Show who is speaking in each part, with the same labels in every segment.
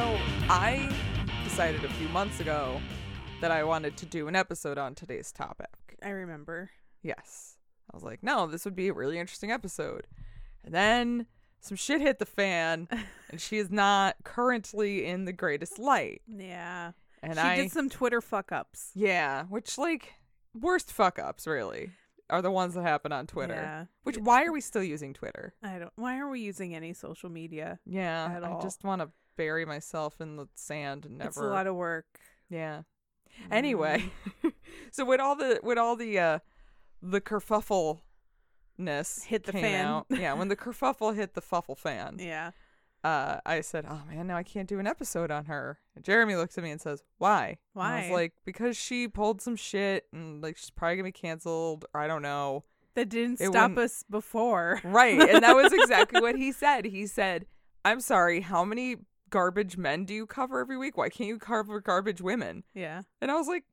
Speaker 1: I decided a few months ago that I wanted to do an episode on today's topic.
Speaker 2: I remember.
Speaker 1: Yes. I was like, no, this would be a really interesting episode. And then some shit hit the fan, and she is not currently in the greatest light.
Speaker 2: Yeah.
Speaker 1: And
Speaker 2: she
Speaker 1: I,
Speaker 2: did some Twitter fuck ups.
Speaker 1: yeah, which like worst fuck ups really are the ones that happen on Twitter.
Speaker 2: Yeah.
Speaker 1: Which why are we still using Twitter?
Speaker 2: I don't. Why are we using any social media?
Speaker 1: Yeah,
Speaker 2: At all.
Speaker 1: I just want to bury myself in the sand and never.
Speaker 2: It's a lot of work.
Speaker 1: yeah. Anyway,
Speaker 2: Mm-hmm.
Speaker 1: so with all the with all the uh the kerfuffle ness
Speaker 2: Hit the fan.
Speaker 1: yeah, when the kerfuffle hit the fuffle fan,
Speaker 2: Yeah.
Speaker 1: uh, I said, "Oh man, now I can't do an episode on her." And Jeremy looks at me and says, "Why?" And I
Speaker 2: Why?
Speaker 1: was like, "Because she pulled some shit and like she's probably gonna be canceled. Or I don't know."
Speaker 2: That didn't
Speaker 1: It
Speaker 2: stop
Speaker 1: wouldn't-
Speaker 2: us before.
Speaker 1: Right, and that was exactly what he said. He said, "I'm sorry, how many garbage men do you cover every week? Why can't you cover garbage women?"
Speaker 2: Yeah.
Speaker 1: And I was like,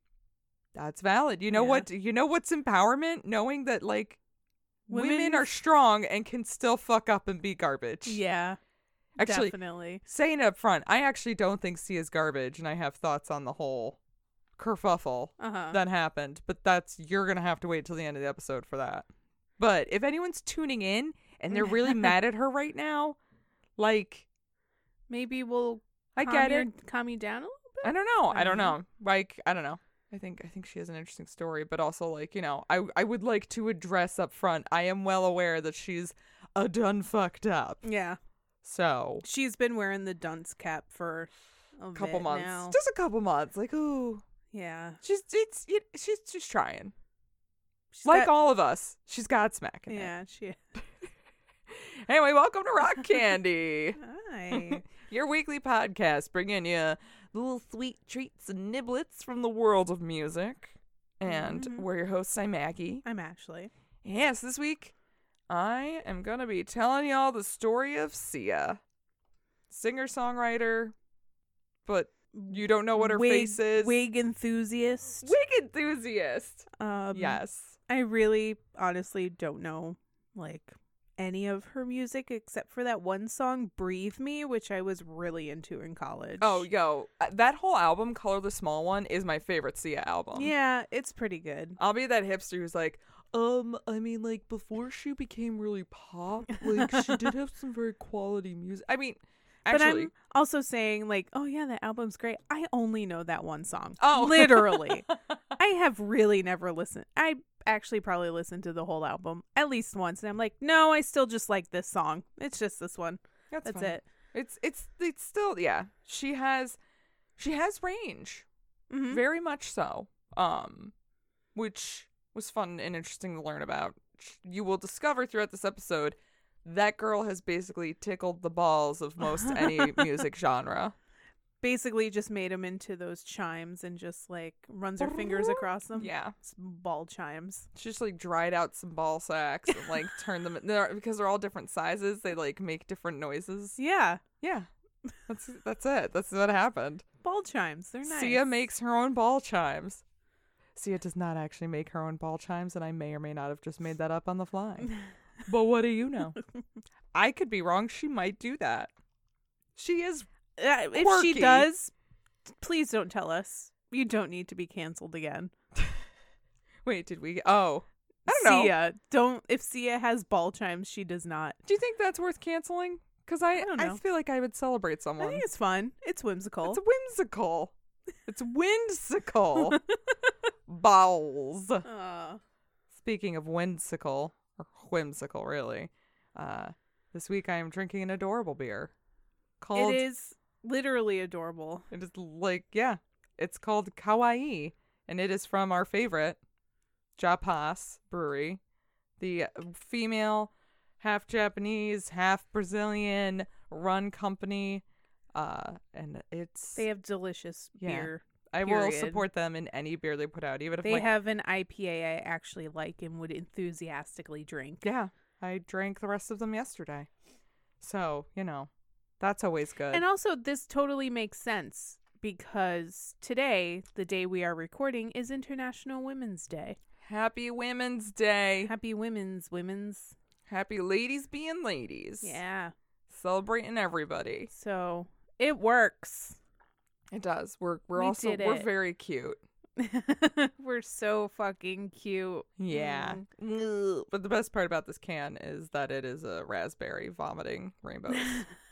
Speaker 1: "That's valid. You know
Speaker 2: Yeah.
Speaker 1: what? You know what's empowerment? Knowing that like." Women,
Speaker 2: Women-
Speaker 1: are strong and can still fuck up and be garbage.
Speaker 2: Yeah.
Speaker 1: Actually,
Speaker 2: definitely.
Speaker 1: saying it up front, I actually don't think C is garbage, and I have thoughts on the whole kerfuffle
Speaker 2: Uh huh.
Speaker 1: that happened. But that's you're gonna have to wait till the end of the episode for that. But if anyone's tuning in and they're really mad at her right now, like
Speaker 2: Maybe we'll.
Speaker 1: I
Speaker 2: calm
Speaker 1: get
Speaker 2: your-
Speaker 1: it.
Speaker 2: Calm you down a little.
Speaker 1: I don't know. I don't
Speaker 2: know.
Speaker 1: know. Like I don't know. I think I think she has an interesting story, but also like you know, I I would like to address up front. I am well aware that she's a done fucked up.
Speaker 2: Yeah.
Speaker 1: So
Speaker 2: She's been wearing the dunce cap for a
Speaker 1: a couple
Speaker 2: bit
Speaker 1: months,
Speaker 2: now.
Speaker 1: just a couple months. Like ooh,
Speaker 2: Yeah.
Speaker 1: She's it's it, she's she's trying.
Speaker 2: She's
Speaker 1: like
Speaker 2: got-
Speaker 1: all of us, she's got smack. Yeah.
Speaker 2: Yeah. She.
Speaker 1: Anyway, welcome to Rock Candy,
Speaker 2: Hi.
Speaker 1: your weekly podcast bringing you little sweet treats and niblets from the world of music. And
Speaker 2: Mhm.
Speaker 1: we're your hosts. I'm Maggie.
Speaker 2: I'm Ashley.
Speaker 1: Yes, this week I am gonna be telling y'all the story of Sia, singer songwriter, but you don't know what her
Speaker 2: wig,
Speaker 1: face is.
Speaker 2: Wig enthusiast.
Speaker 1: Wig enthusiast.
Speaker 2: Um,
Speaker 1: yes.
Speaker 2: I really honestly don't know like any of her music except for that one song Breathe Me which I was really into in college.
Speaker 1: Oh, yo, uh, that whole album, Color the Small One, is my favorite Sia album.
Speaker 2: yeah, it's pretty good.
Speaker 1: I'll be that hipster who's like, um, I mean, like before she became really pop, like she did have some very quality music. I mean,
Speaker 2: but
Speaker 1: actually,
Speaker 2: I'm also saying like, oh yeah, that album's great. I only know that one song.
Speaker 1: Oh.
Speaker 2: literally. I have really never listened. I actually probably listened to the whole album at least once and I'm like, no, I still just like this song. It's just this one.
Speaker 1: that's,
Speaker 2: That's
Speaker 1: fine.
Speaker 2: it.
Speaker 1: It's it's it's still yeah. She has, she has range,
Speaker 2: Mhm.
Speaker 1: very much so. Um, which was fun and interesting to learn about. You will discover throughout this episode. That girl has basically tickled the balls of most any music genre.
Speaker 2: Basically just made him into those chimes and just like runs her fingers across them.
Speaker 1: Yeah.
Speaker 2: It's ball chimes.
Speaker 1: She just like dried out some ball sacks and like turned them they're, because they're all different sizes. They like make different noises.
Speaker 2: Yeah,
Speaker 1: Yeah. That's that's it. That's what happened.
Speaker 2: ball chimes. They're nice.
Speaker 1: Sia makes her own ball chimes. Sia does not actually make her own ball chimes, and I may or may not have just made that up on the fly. but what do you know? I could be wrong. She might do that. She is.
Speaker 2: Uh, if
Speaker 1: quirky.
Speaker 2: she does, please don't tell us. You don't need to be canceled again.
Speaker 1: Wait, did we? Oh, I don't know.
Speaker 2: Sia, don't. If Sia has ball chimes, she does not.
Speaker 1: Do you think that's worth canceling? Because I,
Speaker 2: I don't
Speaker 1: I,
Speaker 2: know.
Speaker 1: feel like I would celebrate
Speaker 2: I
Speaker 1: someone.
Speaker 2: think it's fun. It's whimsical.
Speaker 1: It's whimsical. It's whimsical. Bowls.
Speaker 2: uh,
Speaker 1: Speaking of whimsical, or whimsical really, uh, this week I am drinking an adorable beer called.
Speaker 2: it is literally adorable.
Speaker 1: It is like yeah, it's called Kawaii, and it is from our favorite Japas Brewery, the female, half Japanese, half Brazilian run company, uh, and it's
Speaker 2: They have delicious
Speaker 1: Yeah.
Speaker 2: beer.
Speaker 1: I will
Speaker 2: Period.
Speaker 1: support them in any beer they put out, even if
Speaker 2: They
Speaker 1: like,
Speaker 2: have an IPA I actually like and would enthusiastically drink.
Speaker 1: yeah, I drank the rest of them yesterday. So you know, that's always good.
Speaker 2: And also, this totally makes sense because today, the day we are recording, is International Women's Day.
Speaker 1: Happy Women's Day.
Speaker 2: Happy Women's Women's.
Speaker 1: Happy ladies being ladies.
Speaker 2: Yeah.
Speaker 1: celebrating everybody.
Speaker 2: So it works.
Speaker 1: It does. We're we're
Speaker 2: We
Speaker 1: also
Speaker 2: did
Speaker 1: we're
Speaker 2: it.
Speaker 1: very cute.
Speaker 2: We're so fucking cute.
Speaker 1: Yeah.
Speaker 2: Mm.
Speaker 1: But the best part about this can is that it is a raspberry vomiting rainbows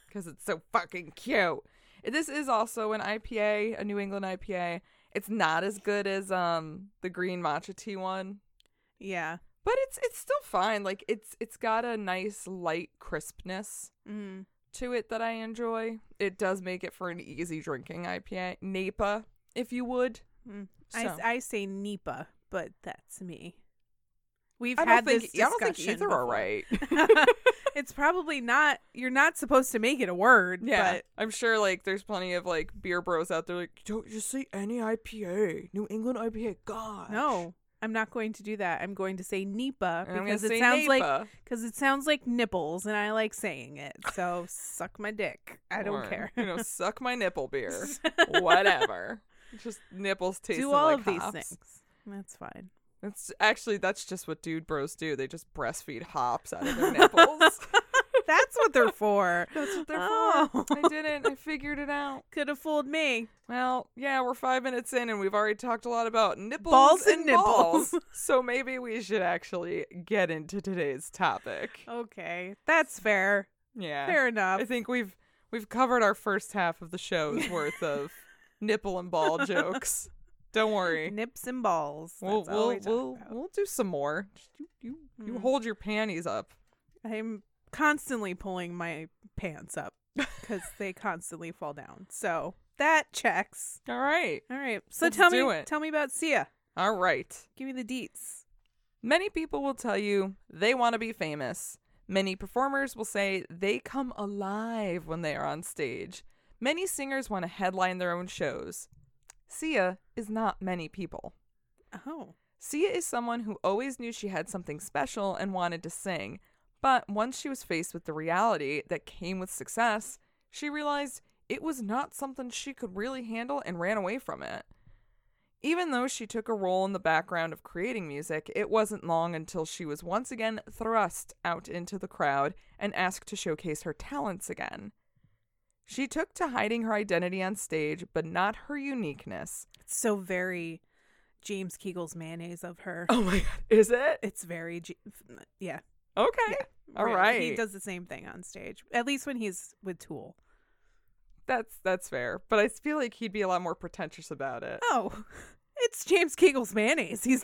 Speaker 1: because it's so fucking cute. This is also an IPA, a New England IPA. It's not as good as um the green matcha tea one,
Speaker 2: Yeah.
Speaker 1: but it's it's still fine. Like it's it's got a nice light crispness
Speaker 2: Mm.
Speaker 1: to it that I enjoy. It does make it for an easy drinking IPA, Napa, if you would.
Speaker 2: Mm. I,
Speaker 1: So.
Speaker 2: s- I say Nipa, but that's me. We've
Speaker 1: I don't
Speaker 2: had
Speaker 1: think
Speaker 2: this
Speaker 1: I don't think
Speaker 2: discussion
Speaker 1: either are
Speaker 2: before.
Speaker 1: right.
Speaker 2: it's probably not. You're not supposed to make it a word.
Speaker 1: Yeah,
Speaker 2: But
Speaker 1: I'm sure like there's plenty of like beer bros out there like don't just say any IPA, New England IPA. God,
Speaker 2: no, I'm not going to do that. I'm going to say Nipa
Speaker 1: And I'm gonna
Speaker 2: because
Speaker 1: say
Speaker 2: it sounds like
Speaker 1: Napa.
Speaker 2: because it sounds like nipples, and I like saying it. So suck my dick. I don't
Speaker 1: Or,
Speaker 2: care.
Speaker 1: you know, suck my nipple beer, whatever. Just nipples taste
Speaker 2: do all
Speaker 1: like
Speaker 2: of these
Speaker 1: hops.
Speaker 2: things. That's fine.
Speaker 1: It's actually that's just what dude bros do. They just breastfeed hops out of their nipples.
Speaker 2: That's what they're for.
Speaker 1: that's what they're
Speaker 2: Oh.
Speaker 1: for. I didn't. I figured it out.
Speaker 2: Could have fooled me.
Speaker 1: Well, yeah, we're five minutes in, and we've already talked a lot about nipples
Speaker 2: Balls and
Speaker 1: balls.
Speaker 2: nipples.
Speaker 1: so maybe we should actually get into today's topic.
Speaker 2: Okay, that's fair.
Speaker 1: Yeah,
Speaker 2: Fair enough.
Speaker 1: I think we've we've covered our first half of the show's worth of nipple and ball jokes. Don't worry,
Speaker 2: Nips and balls.
Speaker 1: we'll
Speaker 2: That's all
Speaker 1: we'll
Speaker 2: we talk
Speaker 1: we'll,
Speaker 2: about.
Speaker 1: we'll do some more. Just You you, you
Speaker 2: Mm.
Speaker 1: hold your panties up.
Speaker 2: I'm constantly pulling my pants up because they constantly fall down. So that checks.
Speaker 1: All right,
Speaker 2: All right. So
Speaker 1: Let's
Speaker 2: tell me,
Speaker 1: do it.
Speaker 2: tell me about Sia.
Speaker 1: all right.
Speaker 2: Give me the deets.
Speaker 1: Many people will tell you they want to be famous. Many performers will say they come alive when they are on stage. Many singers want to headline their own shows. Sia is not many people.
Speaker 2: Oh,
Speaker 1: Sia is someone who always knew she had something special and wanted to sing, but once she was faced with the reality that came with success, she realized it was not something she could really handle and ran away from it. Even though she took a role in the background of creating music, it wasn't long until she was once again thrust out into the crowd and asked to showcase her talents again. She took to hiding her identity on stage, but not her uniqueness.
Speaker 2: it's so very James Kegel's mayonnaise of her.
Speaker 1: Oh my god, is it?
Speaker 2: It's very, J- yeah.
Speaker 1: Okay. All right.
Speaker 2: He does the same thing on stage, at least when he's with Tool.
Speaker 1: That's that's fair, but I feel like he'd be a lot more pretentious about it.
Speaker 2: Oh, it's James Kegel's mayonnaise. He's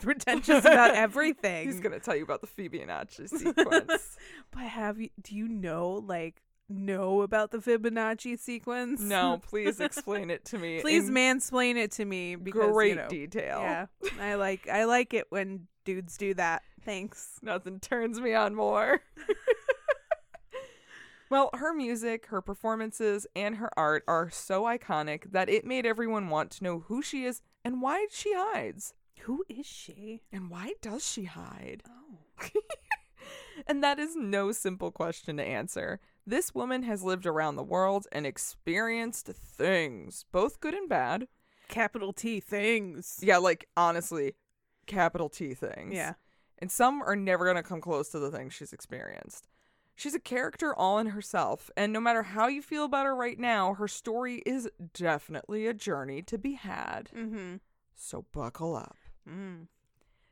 Speaker 2: pretentious about everything.
Speaker 1: He's gonna tell you about the Phoebe and Archie sequence.
Speaker 2: But have you? Do you know like know about the Fibonacci sequence?
Speaker 1: no, please explain it to me.
Speaker 2: please
Speaker 1: in
Speaker 2: mansplain it to me because you
Speaker 1: great
Speaker 2: know,
Speaker 1: detail.
Speaker 2: Yeah, I like I like it when dudes do that. Thanks.
Speaker 1: Nothing turns me on more. well, her music, her performances, and her art are so iconic that it made everyone want to know who she is and why she hides.
Speaker 2: Who is she?
Speaker 1: And why does she hide?
Speaker 2: Oh,
Speaker 1: And that is no simple question to answer. This woman has lived around the world and experienced things, both good and bad.
Speaker 2: capital T things.
Speaker 1: Yeah, like honestly, capital T things.
Speaker 2: Yeah.
Speaker 1: And some are never going to come close to the things she's experienced. She's a character all in herself, and no matter how you feel about her right now, her story is definitely a journey to be had.
Speaker 2: Mm-hmm.
Speaker 1: So buckle up.
Speaker 2: Mm.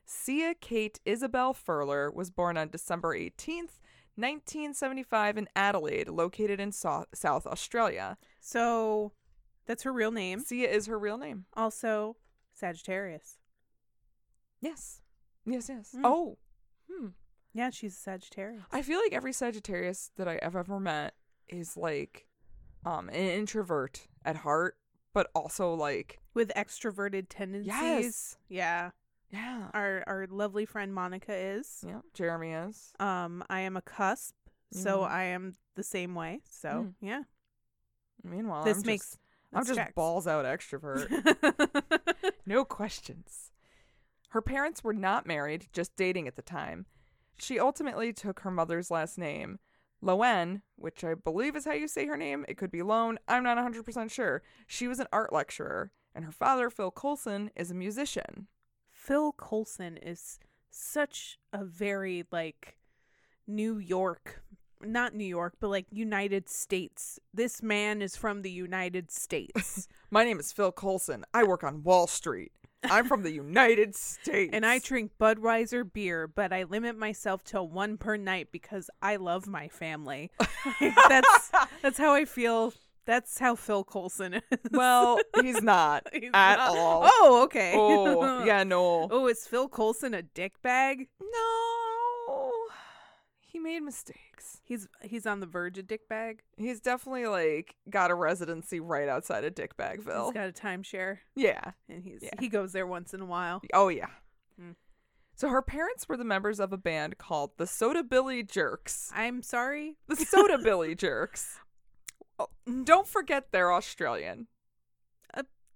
Speaker 1: Sia Kate Isabel Furler was born on December 18th, 1975, in Adelaide, located in so- South Australia.
Speaker 2: So that's her real name.
Speaker 1: Sia is her real name.
Speaker 2: Also Sagittarius.
Speaker 1: Yes. Yes, yes.
Speaker 2: Mm.
Speaker 1: Oh. Hmm.
Speaker 2: Yeah, she's a Sagittarius.
Speaker 1: I feel like every Sagittarius that I have ever met is like um an introvert at heart, but also like
Speaker 2: With extroverted tendencies.
Speaker 1: Yes.
Speaker 2: Yeah.
Speaker 1: yeah.
Speaker 2: Our our lovely friend Monica is.
Speaker 1: Yeah, Jeremy is.
Speaker 2: Um, I am a cusp, so
Speaker 1: Mhm.
Speaker 2: I am the same way. So
Speaker 1: Mm.
Speaker 2: yeah,
Speaker 1: Meanwhile,
Speaker 2: this
Speaker 1: I'm
Speaker 2: makes
Speaker 1: just, I'm
Speaker 2: this
Speaker 1: just
Speaker 2: checks.
Speaker 1: balls out
Speaker 2: Er.
Speaker 1: extrovert. No questions. Her parents were not married, just dating at the time. She ultimately took her mother's last name, Loen, which I believe is how you say her name. It could be Loan. I'm not 100% sure. She was an art lecturer, and her father, Phil Coulson, is a musician.
Speaker 2: Phil Coulson is such a very like New York not New York, but like United States. This man is from the United States.
Speaker 1: My name is Phil Colson. I work on Wall Street. I'm from the United States.
Speaker 2: and I drink Budweiser beer, but I limit myself to one per night because I love my family. Like, that's that's how I feel. That's how Phil Colson is.
Speaker 1: well, he's not
Speaker 2: He's
Speaker 1: at
Speaker 2: not-
Speaker 1: all.
Speaker 2: Oh, okay.
Speaker 1: Oh, yeah, no.
Speaker 2: Oh, is Phil Colson a dick bag?
Speaker 1: No. He made mistakes.
Speaker 2: He's he's on the verge of dick bag.
Speaker 1: He's definitely like got a residency right outside of Dick Bagville.
Speaker 2: He's got a timeshare,
Speaker 1: yeah.
Speaker 2: and he's
Speaker 1: Yeah.
Speaker 2: he goes there once in a while.
Speaker 1: Oh yeah.
Speaker 2: Mm.
Speaker 1: So her parents were the members of a band called the Soda Billy Jerks.
Speaker 2: I'm sorry.
Speaker 1: The Soda Billy Jerks. Oh, don't forget they're Australian.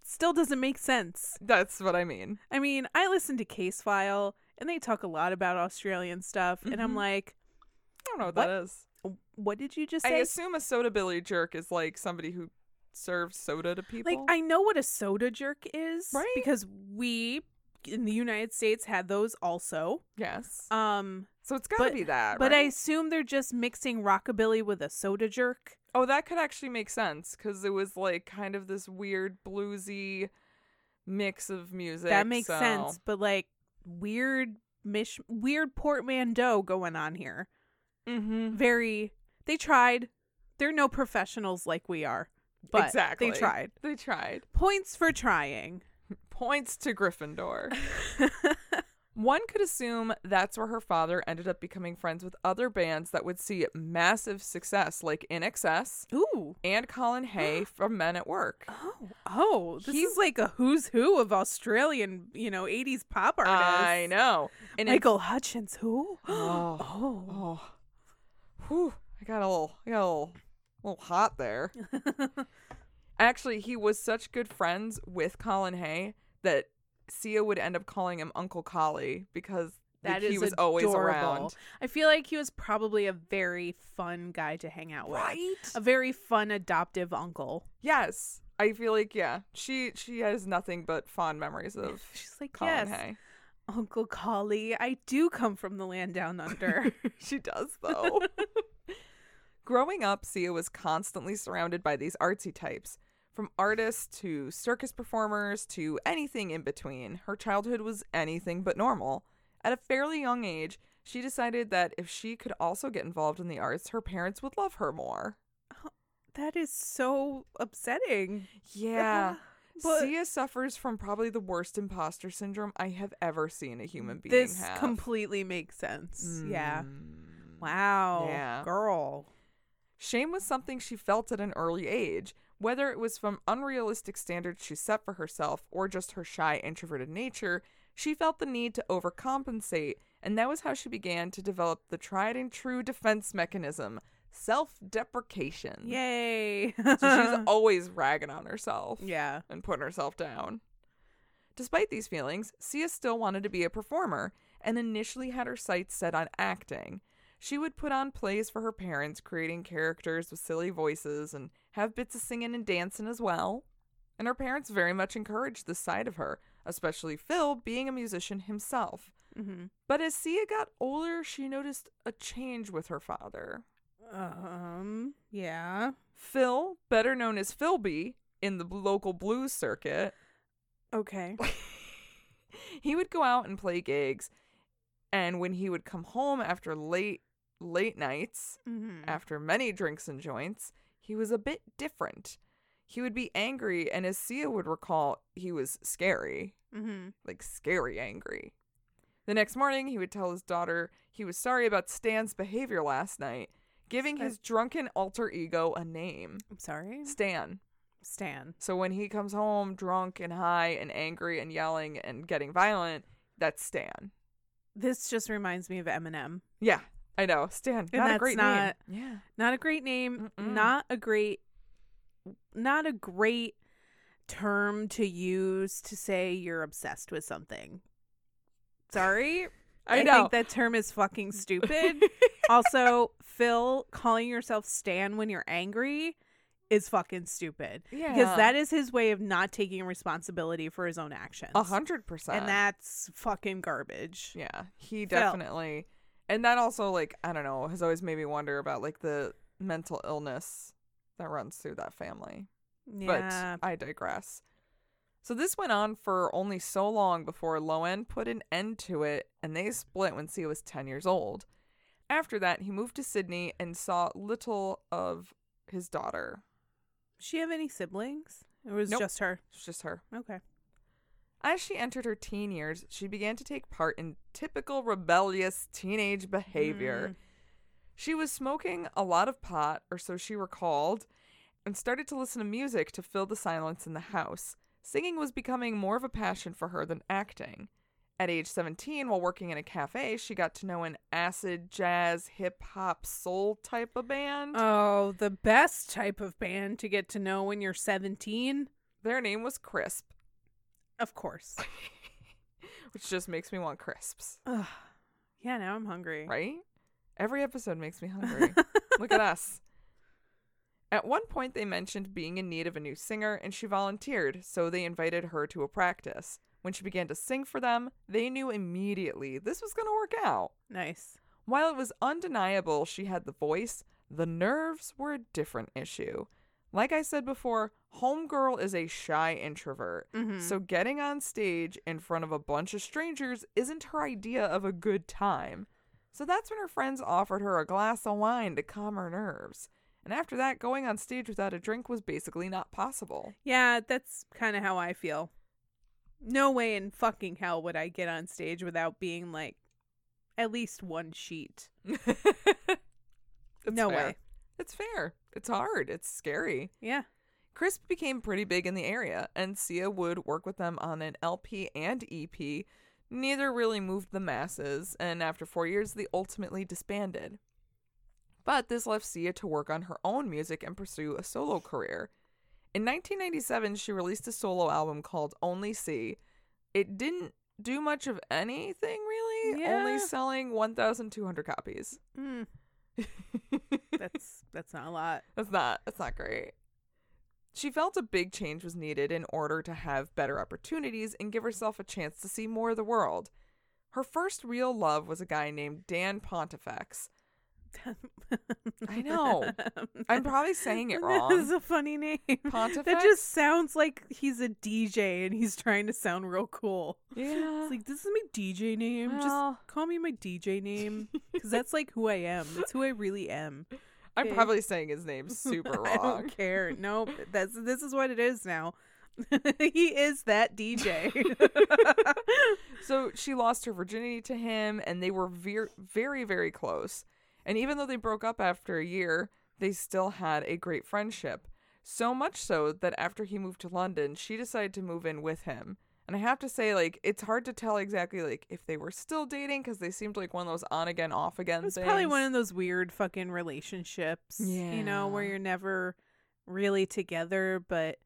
Speaker 2: Still doesn't make sense.
Speaker 1: That's what I mean.
Speaker 2: I mean, I listen to Case File, and they talk a lot about Australian stuff, and I'm
Speaker 1: Mhm.
Speaker 2: like,
Speaker 1: I don't know what, that is.
Speaker 2: what did you just
Speaker 1: I
Speaker 2: say?
Speaker 1: assume a soda billy jerk is like somebody who serves soda to people.
Speaker 2: Like, I know what a soda jerk is,
Speaker 1: Right?
Speaker 2: Because we in the United States had those also.
Speaker 1: yes.
Speaker 2: Um,
Speaker 1: so it's gotta be that.
Speaker 2: but I
Speaker 1: right?
Speaker 2: assume they're just mixing rockabilly with a soda jerk.
Speaker 1: Oh, that could actually make sense because it was like kind of this weird bluesy mix of music.
Speaker 2: that makes
Speaker 1: so-
Speaker 2: sense but like weird mish weird portmanteau going on here Mm-hmm.
Speaker 1: Mhm.
Speaker 2: very they tried they're no professionals like we are but
Speaker 1: exactly.
Speaker 2: they tried
Speaker 1: They tried.
Speaker 2: points for trying
Speaker 1: Points to Gryffindor. One could assume that's where her father ended up becoming friends with other bands that would see massive success, like In Excess
Speaker 2: ooh
Speaker 1: and Colin Hay from Men at Work.
Speaker 2: oh oh this
Speaker 1: He-
Speaker 2: is like a who's who of australian you know 80s pop artists
Speaker 1: I know. And in
Speaker 2: michael hutchins who
Speaker 1: Oh.
Speaker 2: oh
Speaker 1: Oh, whew! I got a little, I got a little, little hot there. Actually, he was such good friends with Colin Hay that Sia would end up calling him Uncle Collie because like,
Speaker 2: that is
Speaker 1: he was
Speaker 2: adorable.
Speaker 1: always around.
Speaker 2: i feel like he was probably a very fun guy to hang out with a very fun adoptive uncle
Speaker 1: Yes, I feel like yeah. She she has nothing but fond memories of
Speaker 2: She's like,
Speaker 1: Colin
Speaker 2: yes,
Speaker 1: Hay.
Speaker 2: Uncle Collie, I do come from the land down under.
Speaker 1: she does though. Growing up, Sia was constantly surrounded by these artsy types. From artists to circus performers to anything in between, her childhood was anything but normal. At a fairly young age, she decided that if she could also get involved in the arts, her parents would love her more.
Speaker 2: that is so upsetting.
Speaker 1: Yeah.
Speaker 2: But-
Speaker 1: Sia suffers from probably the worst imposter syndrome I have ever seen a human being
Speaker 2: this
Speaker 1: have.
Speaker 2: completely makes sense. Yeah.
Speaker 1: Mm.
Speaker 2: Wow.
Speaker 1: Yeah.
Speaker 2: Girl.
Speaker 1: Shame was something she felt at an early age, whether it was from unrealistic standards she set for herself or just her shy, introverted nature. She felt the need to overcompensate, and that was how she began to develop the tried and true defense mechanism self deprecation.
Speaker 2: Yay.
Speaker 1: Mm-hmm. So she's always ragging on herself
Speaker 2: yeah.
Speaker 1: and putting herself down. Despite these feelings, Sia still wanted to be a performer and initially had her sights set on acting. She would put on plays for her parents, creating characters with silly voices and have bits of singing and dancing as well. And her parents very much encouraged this side of her, especially Phil being a musician himself.
Speaker 2: Mm-hmm.
Speaker 1: But as Sia got older, she noticed a change with her father.
Speaker 2: Um. Yeah.
Speaker 1: Phil, better known as Philby in the local blues circuit,
Speaker 2: Okay.
Speaker 1: he would go out and play gigs and when he would come home after late late nights
Speaker 2: Mm-hmm.
Speaker 1: after many drinks and joints he was a bit different he would be angry and as sia would recall he was scary
Speaker 2: Mm-hmm.
Speaker 1: like scary angry the next morning he would tell his daughter he was sorry about stan's behavior last night giving
Speaker 2: Stan.
Speaker 1: his drunken alter ego a name
Speaker 2: I'm sorry.
Speaker 1: stan
Speaker 2: Stan.
Speaker 1: so when he comes home drunk and high and angry and yelling and getting violent, that's Stan.
Speaker 2: This just reminds me of Eminem.
Speaker 1: Yeah, I know. Stan, not a
Speaker 2: that's
Speaker 1: great
Speaker 2: not-
Speaker 1: name. Yeah.
Speaker 2: not a great name
Speaker 1: Mm-mm.
Speaker 2: not a great not a great term to use to say you're obsessed with something sorry
Speaker 1: I know.
Speaker 2: think that term is fucking stupid also phil calling yourself stan when you're angry is fucking stupid
Speaker 1: yeah.
Speaker 2: because that is his way of not taking responsibility for his own actions
Speaker 1: a hundred percent.
Speaker 2: and that's fucking garbage
Speaker 1: Yeah. He
Speaker 2: Phil.
Speaker 1: definitely And that also, like, I don't know, has always made me wonder about like the mental illness that runs through that family.
Speaker 2: Yeah.
Speaker 1: But I digress. So this went on for only so long before Lowen put an end to it and they split when Sia was 10 years old. After that, he moved to Sydney and saw little of his daughter.
Speaker 2: Does she have any siblings? It was
Speaker 1: Nope.
Speaker 2: just her.
Speaker 1: It's just her.
Speaker 2: Okay.
Speaker 1: As she entered her teen years, she began to take part in typical rebellious teenage behavior. She was smoking a lot of pot, or so she recalled, and started to listen to music to fill the silence in the house. Singing was becoming more of a passion for her than acting. At age 17, while working in a cafe, she got to know an acid, jazz, hip hop, soul type of band.
Speaker 2: Oh, the best type of band to get to know when you're 17?
Speaker 1: Their name was Crisp,
Speaker 2: Of course.
Speaker 1: which just makes me want crisps.
Speaker 2: Ugh. Yeah, now I'm hungry.
Speaker 1: Right? Every episode makes me hungry. Look at us. At one point, they mentioned being in need of a new singer, and she volunteered, so they invited her to a practice. When she began to sing for them, they knew immediately this was going to work out.
Speaker 2: Nice.
Speaker 1: While it was undeniable she had the voice, the nerves were a different issue. Like I said before, Homegirl is a shy introvert,
Speaker 2: Mm-hmm.
Speaker 1: so getting on stage in front of a bunch of strangers isn't her idea of a good time. So that's when her friends offered her a glass of wine to calm her nerves. And after that, going on stage without a drink was basically not possible.
Speaker 2: Yeah, that's kind of how I feel. No way in fucking hell would I get on stage without being like at least one sheet.
Speaker 1: It's
Speaker 2: no
Speaker 1: fair.
Speaker 2: way.
Speaker 1: It's fair. It's hard. It's scary.
Speaker 2: Yeah.
Speaker 1: Crisp became pretty big in the area, and Sia would work with them on an LP and EP. Neither really moved the masses, and after four years, they ultimately disbanded. But this left Sia to work on her own music and pursue a solo career. In 1997, she released a solo album called Only See. It didn't do much of anything, really, only
Speaker 2: Yeah.
Speaker 1: selling 1,200 copies.
Speaker 2: Mm. that's that's not a lot.
Speaker 1: That's not that's not great. She felt a big change was needed in order to have better opportunities and give herself a chance to see more of the world. Her first real love was a guy named Dan Pontifex. I know. I'm probably saying it
Speaker 2: This
Speaker 1: wrong.
Speaker 2: is a funny name.
Speaker 1: Pontifex?
Speaker 2: That just sounds like he's a DJ and he's trying to sound real cool.
Speaker 1: Yeah.
Speaker 2: It's like this is my DJ name.
Speaker 1: Well.
Speaker 2: Just call me my DJ name because that's like who I am. That's who I really am.
Speaker 1: I'm
Speaker 2: big.
Speaker 1: probably saying his name super
Speaker 2: I
Speaker 1: wrong.
Speaker 2: don't care. No, that's this is what it is now. he is that DJ.
Speaker 1: So she lost her virginity to him, and they were ver- very, very close. And even though they broke up after a year, they still had a great friendship. So much so that after he moved to London, she decided to move in with him. And I have to say, like, it's hard to tell exactly like if they were still dating because they seemed like one of those on again, off again
Speaker 2: It's
Speaker 1: things.
Speaker 2: probably one of those weird fucking relationships, you know, where
Speaker 1: Yeah.
Speaker 2: you're never really together, but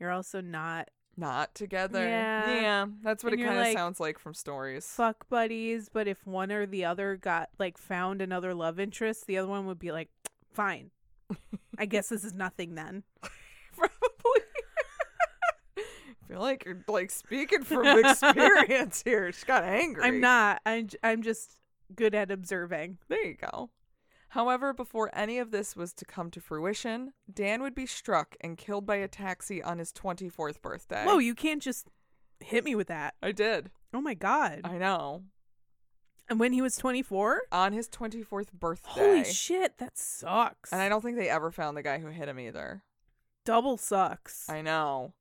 Speaker 2: you're also not
Speaker 1: not together.
Speaker 2: Yeah.
Speaker 1: that's what
Speaker 2: And
Speaker 1: it
Speaker 2: you're
Speaker 1: kind of
Speaker 2: like,
Speaker 1: sounds like from stories.
Speaker 2: fuck buddies. But if one or the other got like found another love interest, the other one would be like, fine. I guess this is nothing then.
Speaker 1: Probably. I feel like you're like speaking from experience here. She got angry.
Speaker 2: I'm not. I'm, j- I'm just good at observing.
Speaker 1: There you go. However, before any of this was to come to fruition, Dan would be struck and killed by a taxi on his 24th birthday.
Speaker 2: Whoa, you can't just hit me with that.
Speaker 1: I did.
Speaker 2: Oh my God.
Speaker 1: I know.
Speaker 2: and when he was 24?
Speaker 1: On his 24th birthday.
Speaker 2: Holy shit, that sucks.
Speaker 1: And I don't think they ever found the guy who hit him either.
Speaker 2: Double sucks.
Speaker 1: I know.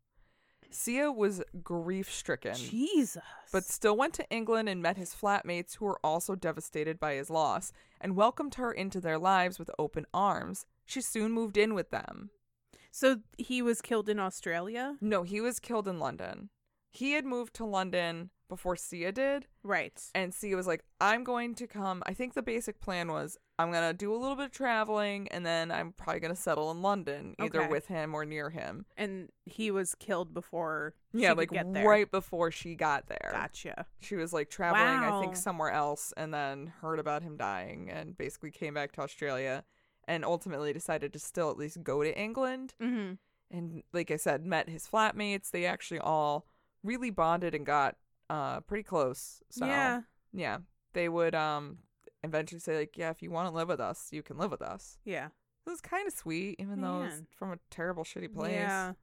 Speaker 1: Sia was grief stricken.
Speaker 2: Jesus.
Speaker 1: but still went to England and met his flatmates who were also devastated by his loss and welcomed her into their lives with open arms. She soon moved in with them.
Speaker 2: So he was killed in Australia?
Speaker 1: No, he was killed in London. He had moved to London before Sia did,
Speaker 2: Right.
Speaker 1: and Sia was like, I'm going to come. I think the basic plan was I'm going to do a little bit of traveling and then I'm probably going to settle in London, either
Speaker 2: Okay.
Speaker 1: with him or near him.
Speaker 2: And he was killed before she
Speaker 1: yeah,
Speaker 2: could
Speaker 1: like
Speaker 2: get there.
Speaker 1: right before she got there.
Speaker 2: Gotcha.
Speaker 1: She was like traveling, I
Speaker 2: Wow.
Speaker 1: think, somewhere else, and then heard about him dying, and basically came back to Australia, and ultimately decided to still at least go to England.
Speaker 2: Mm-hmm.
Speaker 1: And like I said, met his flatmates. They actually all really bonded and got uh pretty close. So
Speaker 2: Yeah.
Speaker 1: yeah, they would um eventually say like, yeah, if you want to live with us, you can live with us.
Speaker 2: Yeah.
Speaker 1: It was kind of sweet, even though it's
Speaker 2: Man.
Speaker 1: from a terrible, shitty place.
Speaker 2: Yeah.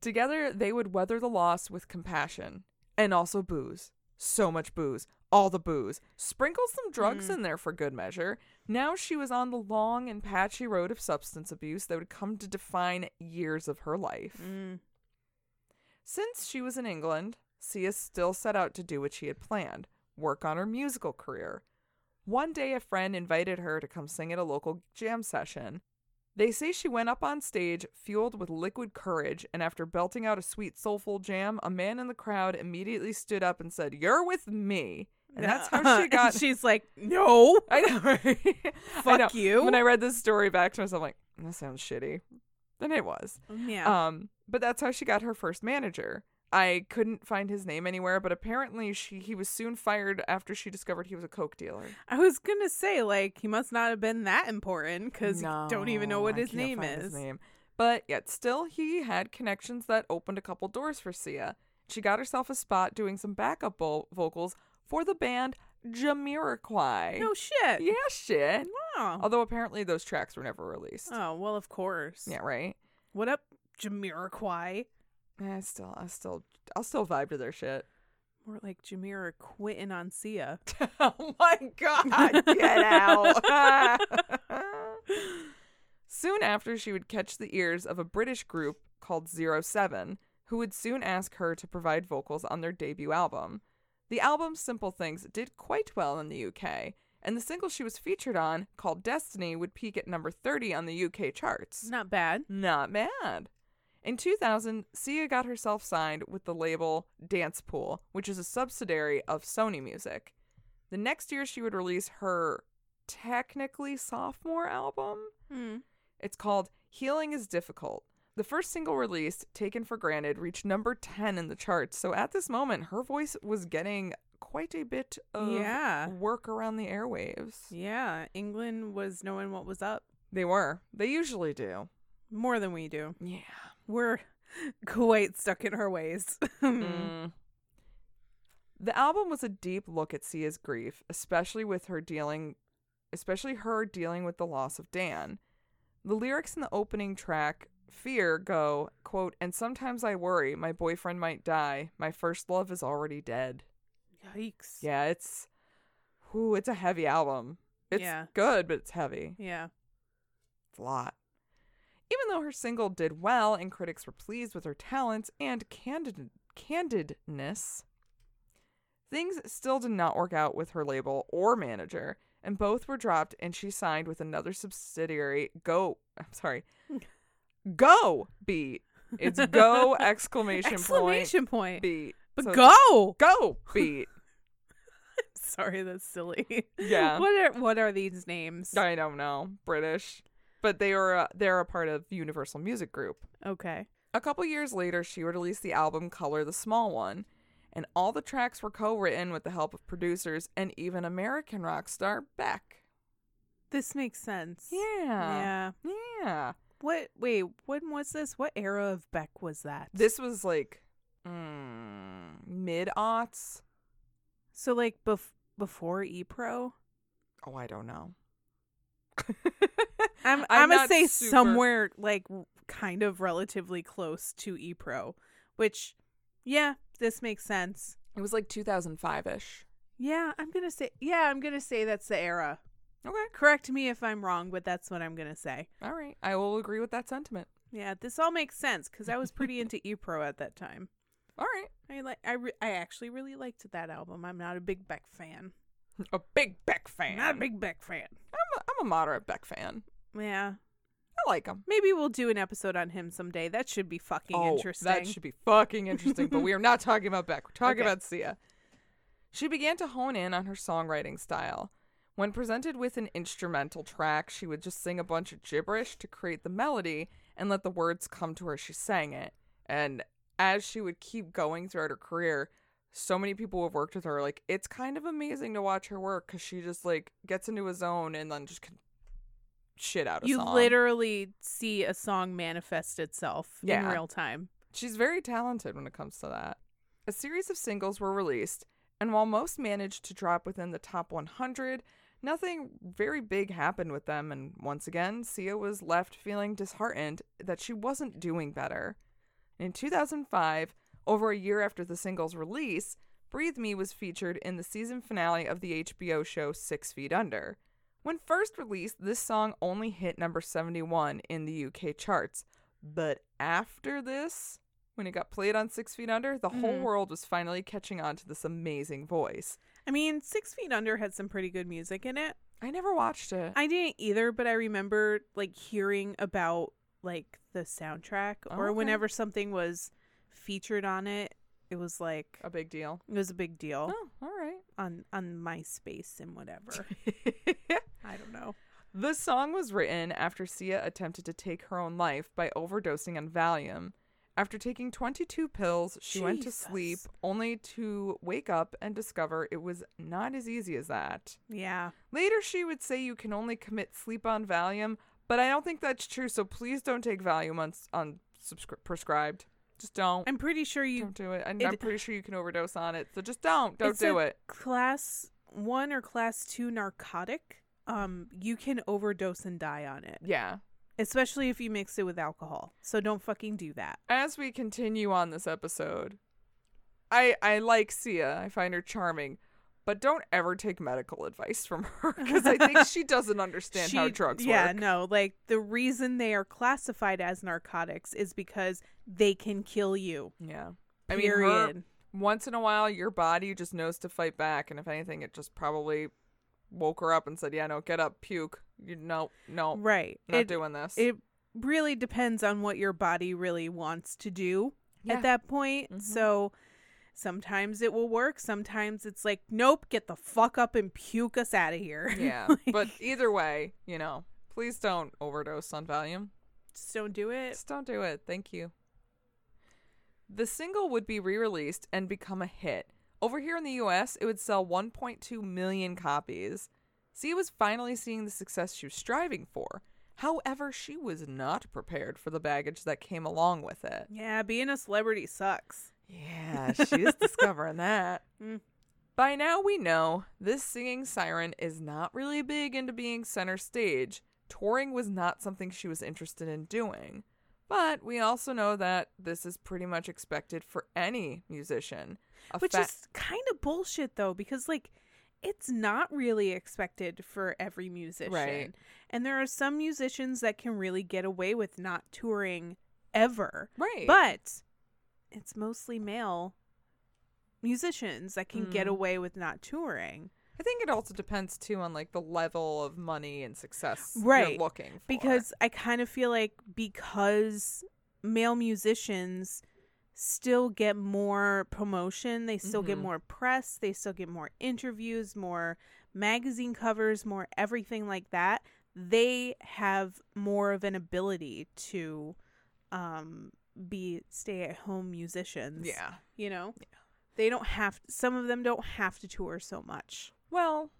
Speaker 1: Together, they would weather the loss with compassion and also booze. So much booze. All the booze. Sprinkle some drugs in there for good measure. Now she was on the long and patchy road of substance abuse that would come to define years of her life.
Speaker 2: Mm.
Speaker 1: Since she was in England, Sia still set out to do what she had planned work on her musical career. One day, a friend invited her to come sing at a local jam session. They say she went up on stage fueled with liquid courage, and after belting out a sweet, soulful jam, a man in the crowd immediately stood up and said, You're with me. And that's how she
Speaker 2: And
Speaker 1: got.
Speaker 2: she's like, no.
Speaker 1: I know. right? I
Speaker 2: Fuck
Speaker 1: know.
Speaker 2: you.
Speaker 1: When I read this story back to myself, I'm like, That sounds shitty. And it was.
Speaker 2: yeah.
Speaker 1: Um, but that's how she got her first manager. I couldn't find his name anywhere, but apparently she he was soon fired after she discovered he was a coke dealer.
Speaker 2: I was gonna say like he must not have been that important because you don't even know
Speaker 1: No,
Speaker 2: what
Speaker 1: I
Speaker 2: his
Speaker 1: can't
Speaker 2: name
Speaker 1: find
Speaker 2: is.
Speaker 1: his name. But yet still he had connections that opened a couple doors for Sia. She got herself a spot doing some backup vo- vocals for the band Jamiroquai.
Speaker 2: No shit.
Speaker 1: yeah, Oh, shit.
Speaker 2: Wow.
Speaker 1: Although apparently those tracks were never released.
Speaker 2: Oh well, of course.
Speaker 1: Yeah, right.
Speaker 2: What up, Jamiroquai?
Speaker 1: I still, I still, I'll still vibe to their shit.
Speaker 2: More like Jamira quitting on Sia.
Speaker 1: oh my god, get out. soon after, she would catch the ears of a British group called Zero Seven, who would soon ask her to provide vocals on their debut album. The album Simple Things did quite well in the UK, and the single she was featured on, called Destiny, would peak at number 30 on the UK charts.
Speaker 2: Not bad.
Speaker 1: Not bad. In 2000, Sia got herself signed with the label Dance Pool, which is a subsidiary of Sony Music. The next year, she would release her technically sophomore album.
Speaker 2: Hmm.
Speaker 1: It's called Healing is Difficult. The first single released, Taken for Granted, reached number 10 in the charts. So at this moment, her voice was getting quite a bit of
Speaker 2: Yeah.
Speaker 1: work around the airwaves.
Speaker 2: Yeah. England was knowing what was up
Speaker 1: They were. They usually do.
Speaker 2: more than we do.
Speaker 1: Yeah.
Speaker 2: We're quite stuck in our ways.
Speaker 1: Mm. The album was a deep look at Sia's grief, especially with her dealing especially her dealing with the loss of Dan. The lyrics in the opening track Fear go, quote, and sometimes I worry my boyfriend might die. My first love is already dead.
Speaker 2: Yikes.
Speaker 1: Yeah, it's whoo, it's a heavy album. It's
Speaker 2: Yeah.
Speaker 1: good, but it's heavy.
Speaker 2: Yeah.
Speaker 1: It's a lot. Even though her single did well and critics were pleased with her talents and candid- candidness, things still did not work out with her label or manager, and both were dropped and she signed with another subsidiary, Go, I'm sorry, Go Beat. It's Go exclamation,
Speaker 2: Exclamation
Speaker 1: point
Speaker 2: point.
Speaker 1: Beat.
Speaker 2: But
Speaker 1: So it's
Speaker 2: go.
Speaker 1: Go Beat.
Speaker 2: Sorry, that's silly.
Speaker 1: Yeah.
Speaker 2: What are what are these names?
Speaker 1: I don't know, British, but they were uh, they're a part of Universal Music Group.
Speaker 2: Okay.
Speaker 1: A couple years later, she released the album Color the Small One, and all the tracks were co written with the help of producers and even American rock star Beck.
Speaker 2: This makes sense.
Speaker 1: Yeah.
Speaker 2: Yeah.
Speaker 1: Yeah.
Speaker 2: What? Wait. When was this? What era of Beck was that?
Speaker 1: This was like mm, mid aughts.
Speaker 2: So like bef- before Epro.
Speaker 1: Oh, I don't know.
Speaker 2: I'm
Speaker 1: I'm
Speaker 2: I'm, gonna
Speaker 1: not
Speaker 2: say
Speaker 1: super-
Speaker 2: somewhere like w- kind of relatively close to Epro, which yeah, this makes sense.
Speaker 1: It was like 2005 ish.
Speaker 2: Yeah, I'm gonna say yeah, I'm gonna say that's the era.
Speaker 1: Okay.
Speaker 2: Correct me if I'm wrong, but that's what I'm gonna say.
Speaker 1: All right. I will agree with that sentiment.
Speaker 2: Yeah, this all makes sense because I was pretty into Epro at that time.
Speaker 1: All right.
Speaker 2: I like I re- I actually really liked that album. I'm not a big Beck fan.
Speaker 1: A big Beck fan.
Speaker 2: Not a big Beck fan.
Speaker 1: I'm a, I'm a moderate Beck fan.
Speaker 2: Yeah,
Speaker 1: I like him.
Speaker 2: maybe we'll do an episode on him someday. That should be fucking interesting.
Speaker 1: Oh, That should be fucking interesting. but we are not talking about Beck. We're talking
Speaker 2: Okay.
Speaker 1: about Sia. She began to hone in on her songwriting style. When presented with an instrumental track, she would just sing a bunch of gibberish to create the melody and let the words come to her as she sang it. And as she would keep going throughout her career, so many people who have worked with her. Like, it's kind of amazing to watch her work because she just like gets into a zone and then just can shit out a
Speaker 2: you
Speaker 1: song.
Speaker 2: literally see a song manifest itself in
Speaker 1: Yeah.
Speaker 2: real time.
Speaker 1: She's very talented when it comes to that. A series of singles were released, and while most managed to drop within the top 100, Nothing very big happened with them, and once again, Sia was left feeling disheartened that she wasn't doing better. In 2005, over a year after the single's release, Breathe Me was featured in the season finale of the HBO show Six Feet Under. When first released, this song only hit number 71 in the UK charts. But after this, when it got played on Six Feet Under, the whole world was finally catching on to this amazing voice.
Speaker 2: I mean, Six Feet Under had some pretty good music in it.
Speaker 1: I never watched it.
Speaker 2: I didn't either, but I remember like hearing about like the soundtrack or
Speaker 1: Oh, Okay.
Speaker 2: whenever something was featured on it, it was like
Speaker 1: a big deal.
Speaker 2: it was a big deal
Speaker 1: Oh, all right.
Speaker 2: on on MySpace and whatever. I don't know.
Speaker 1: the song was written after Sia attempted to take her own life by overdosing on Valium. After taking 22 pills, she went to sleep
Speaker 2: Jesus.
Speaker 1: only to wake up and discover it was not as easy as that.
Speaker 2: Yeah.
Speaker 1: Later, she would say you can only commit sleep on Valium, but I don't think that's true. So please don't take Valium on on subscri- prescribed. Just don't.
Speaker 2: I'm pretty sure you
Speaker 1: don't do it. And
Speaker 2: it-
Speaker 1: I'm pretty sure you can overdose on it. So just don't. Don't
Speaker 2: it's
Speaker 1: do
Speaker 2: a
Speaker 1: it.
Speaker 2: Class 1 or class 2 narcotic. Um you can overdose and die on it,
Speaker 1: Yeah.
Speaker 2: especially if you mix it with alcohol. So don't fucking do that.
Speaker 1: As we continue on this episode, I I like Sia. I find her charming, but don't ever take medical advice from her because I think she doesn't understand how
Speaker 2: She-
Speaker 1: drugs
Speaker 2: yeah,
Speaker 1: work.
Speaker 2: no, like the reason they are classified as narcotics is because they can kill you.
Speaker 1: Yeah. I mean, her-
Speaker 2: Period.
Speaker 1: once in a while your body just knows to fight back and if anything it just probably woke her up and said yeah no get up puke you no no
Speaker 2: right.
Speaker 1: not
Speaker 2: it,
Speaker 1: doing this
Speaker 2: it really depends on what your body really wants to do
Speaker 1: Yeah. Mm-hmm.
Speaker 2: at that point. So sometimes it will work. Sometimes it's like, nope, get the fuck up and puke us out of here.
Speaker 1: yeah but either way you know please don't overdose on valium
Speaker 2: Just don't do it.
Speaker 1: just don't do it thank you the single would be re-released and become a hit over here in the us it would sell 1.2 million copies Sia was finally seeing the success she was striving for however she was not prepared for the baggage that came along with it
Speaker 2: Yeah, being a celebrity sucks.
Speaker 1: Yeah, she's discovering that.
Speaker 2: Mm.
Speaker 1: By now, we know this singing siren is not really big into being center stage. Touring was not something she was interested in doing. But we also know that this is pretty much expected for any musician. A
Speaker 2: Which
Speaker 1: fa-
Speaker 2: is kind of bullshit though, because like it's not really expected for every musician.
Speaker 1: Right.
Speaker 2: And there are some musicians that can really get away with not touring ever.
Speaker 1: right.
Speaker 2: But it's mostly male musicians that can get
Speaker 1: Mm.
Speaker 2: away with not touring.
Speaker 1: I think it also depends too on like the level of money and success
Speaker 2: Right,
Speaker 1: you're looking for.
Speaker 2: Because I kind of feel like because male musicians still get more promotion, they still get
Speaker 1: Mhm.
Speaker 2: more press, they still get more interviews, more magazine covers, more everything like that. They have more of an ability to um be stay-at-home musicians.
Speaker 1: yeah,
Speaker 2: you know they don't have some of them don't have to tour so much
Speaker 1: well,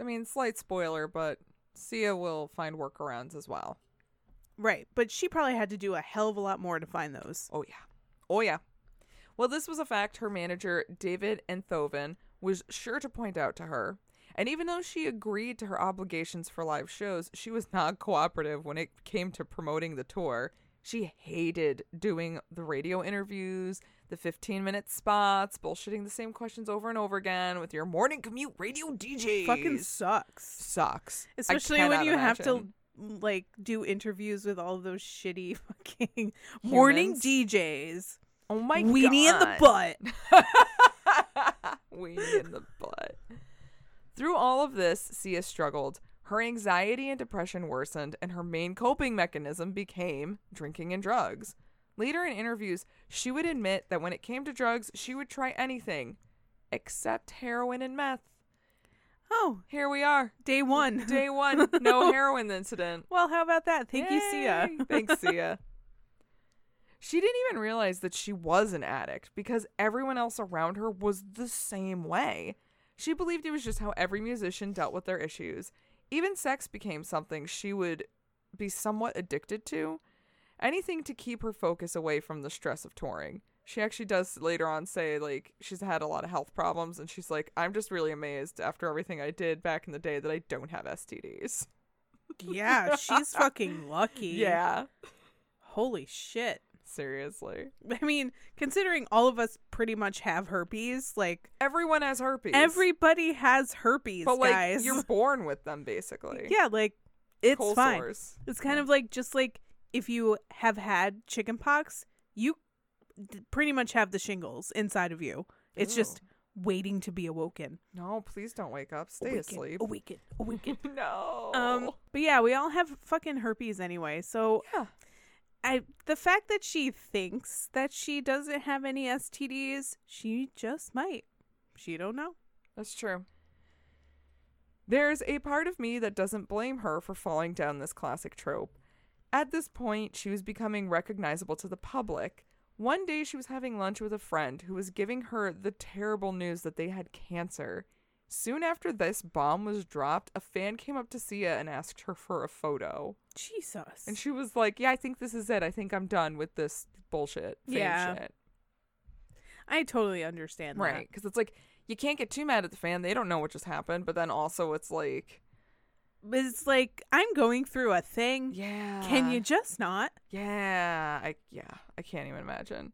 Speaker 1: I mean, slight spoiler, but Sia will find workarounds as well.
Speaker 2: right but she probably had to do a hell of a lot more to find those
Speaker 1: Oh yeah. Oh yeah. Well, this was a fact her manager, David Enthoven, was sure to point out to her. And even though she agreed to her obligations for live shows, she was not cooperative when it came to promoting the tour. She hated doing the radio interviews, the 15 minute spots, bullshitting the same questions over and over again with your morning commute radio DJ.
Speaker 2: fucking sucks
Speaker 1: sucks. I
Speaker 2: especially when
Speaker 1: cannot
Speaker 2: you have to
Speaker 1: imagine.
Speaker 2: like do interviews with all those shitty fucking morning
Speaker 1: Humans.
Speaker 2: djs
Speaker 1: Oh my god.
Speaker 2: weenie in the butt
Speaker 1: Weenie in the butt. Through all of this, Sia struggled. Her anxiety and depression worsened, and her main coping mechanism became drinking and drugs. Later in interviews, she would admit that when it came to drugs, she would try anything except heroin and meth.
Speaker 2: oh
Speaker 1: Here we are.
Speaker 2: day one
Speaker 1: Day one, no heroin incident.
Speaker 2: well how about that thank you sia
Speaker 1: Yay. Thanks, Sia. She didn't even realize that she was an addict because everyone else around her was the same way. She believed it was just how every musician dealt with their issues. Even sex became something she would be somewhat addicted to. Anything to keep her focus away from the stress of touring. she actually does later on say like she's had a lot of health problems and she's like i'm just really amazed after everything i did back in the day that i don't have stds
Speaker 2: Yeah, she's fucking lucky.
Speaker 1: yeah
Speaker 2: Holy shit.
Speaker 1: seriously
Speaker 2: I mean, considering all of us pretty much have herpes, like
Speaker 1: everyone has herpes
Speaker 2: everybody has herpes,
Speaker 1: but like
Speaker 2: guys.
Speaker 1: you're born with them basically
Speaker 2: yeah, like it's
Speaker 1: Cold
Speaker 2: fine.
Speaker 1: sores.
Speaker 2: It's kind
Speaker 1: Yeah.
Speaker 2: of like just like if you have had chickenpox, you d- pretty much have the shingles inside of you. It's just waiting to be awoken.
Speaker 1: no please don't wake up stay asleep Oh.
Speaker 2: Awaken. Awaken.
Speaker 1: no
Speaker 2: um but yeah, we all have fucking herpes anyway. So
Speaker 1: yeah
Speaker 2: I the fact that she thinks that she doesn't have any STDs, she just might. She don't know.
Speaker 1: That's true. There's a part of me that doesn't blame her for falling down this classic trope. At this point, she was becoming recognizable to the public. One day, she was having lunch with a friend who was giving her the terrible news that they had cancer. Soon after this bomb was dropped, a fan came up to Sia and asked her for a photo.
Speaker 2: Jesus.
Speaker 1: And she was like, Yeah, I think this is it. I think I'm done with this bullshit. Fan
Speaker 2: Yeah.
Speaker 1: Shit.
Speaker 2: I totally understand
Speaker 1: Right. Because it's like, you can't get too mad at the fan. They don't know what just happened. But then also, it's like,
Speaker 2: that. But it's like I'm going through a thing.
Speaker 1: Yeah.
Speaker 2: Can you just not?
Speaker 1: Yeah. I yeah, I can't even imagine.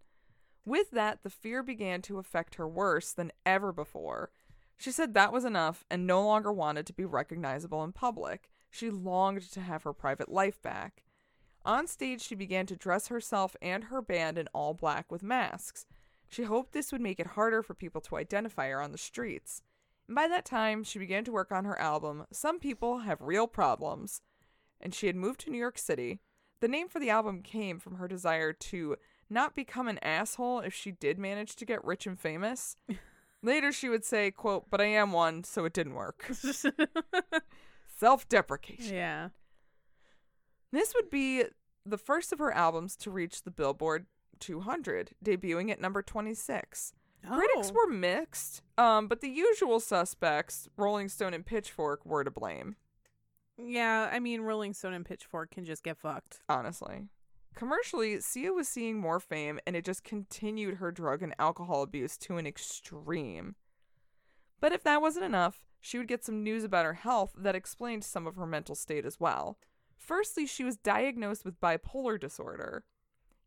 Speaker 1: With that, the fear began to affect her worse than ever before. She said that was enough and no longer wanted to be recognizable in public. She longed to have her private life back. On stage, she began to dress herself and her band in all black with masks. She hoped this would make it harder for people to identify her on the streets. And by that time, she began to work on her album, Some People Have Real Problems, and she had moved to New York City. The name for the album came from her desire to not become an asshole if she did manage to get rich and famous. Later, she would say, quote, but I am one, so it didn't work. Self-deprecation.
Speaker 2: yeah.
Speaker 1: This would be the first of her albums to reach the Billboard 200, debuting at number 26. Critics
Speaker 2: Oh.
Speaker 1: were mixed, um, but the usual suspects, Rolling Stone and Pitchfork, were to blame,
Speaker 2: Yeah, I mean Rolling Stone and Pitchfork can just get fucked.
Speaker 1: honestly. Commercially, Sia was seeing more fame, and it just continued her drug and alcohol abuse to an extreme. But if that wasn't enough, she would get some news about her health that explained some of her mental state as well. Firstly, she was diagnosed with bipolar disorder.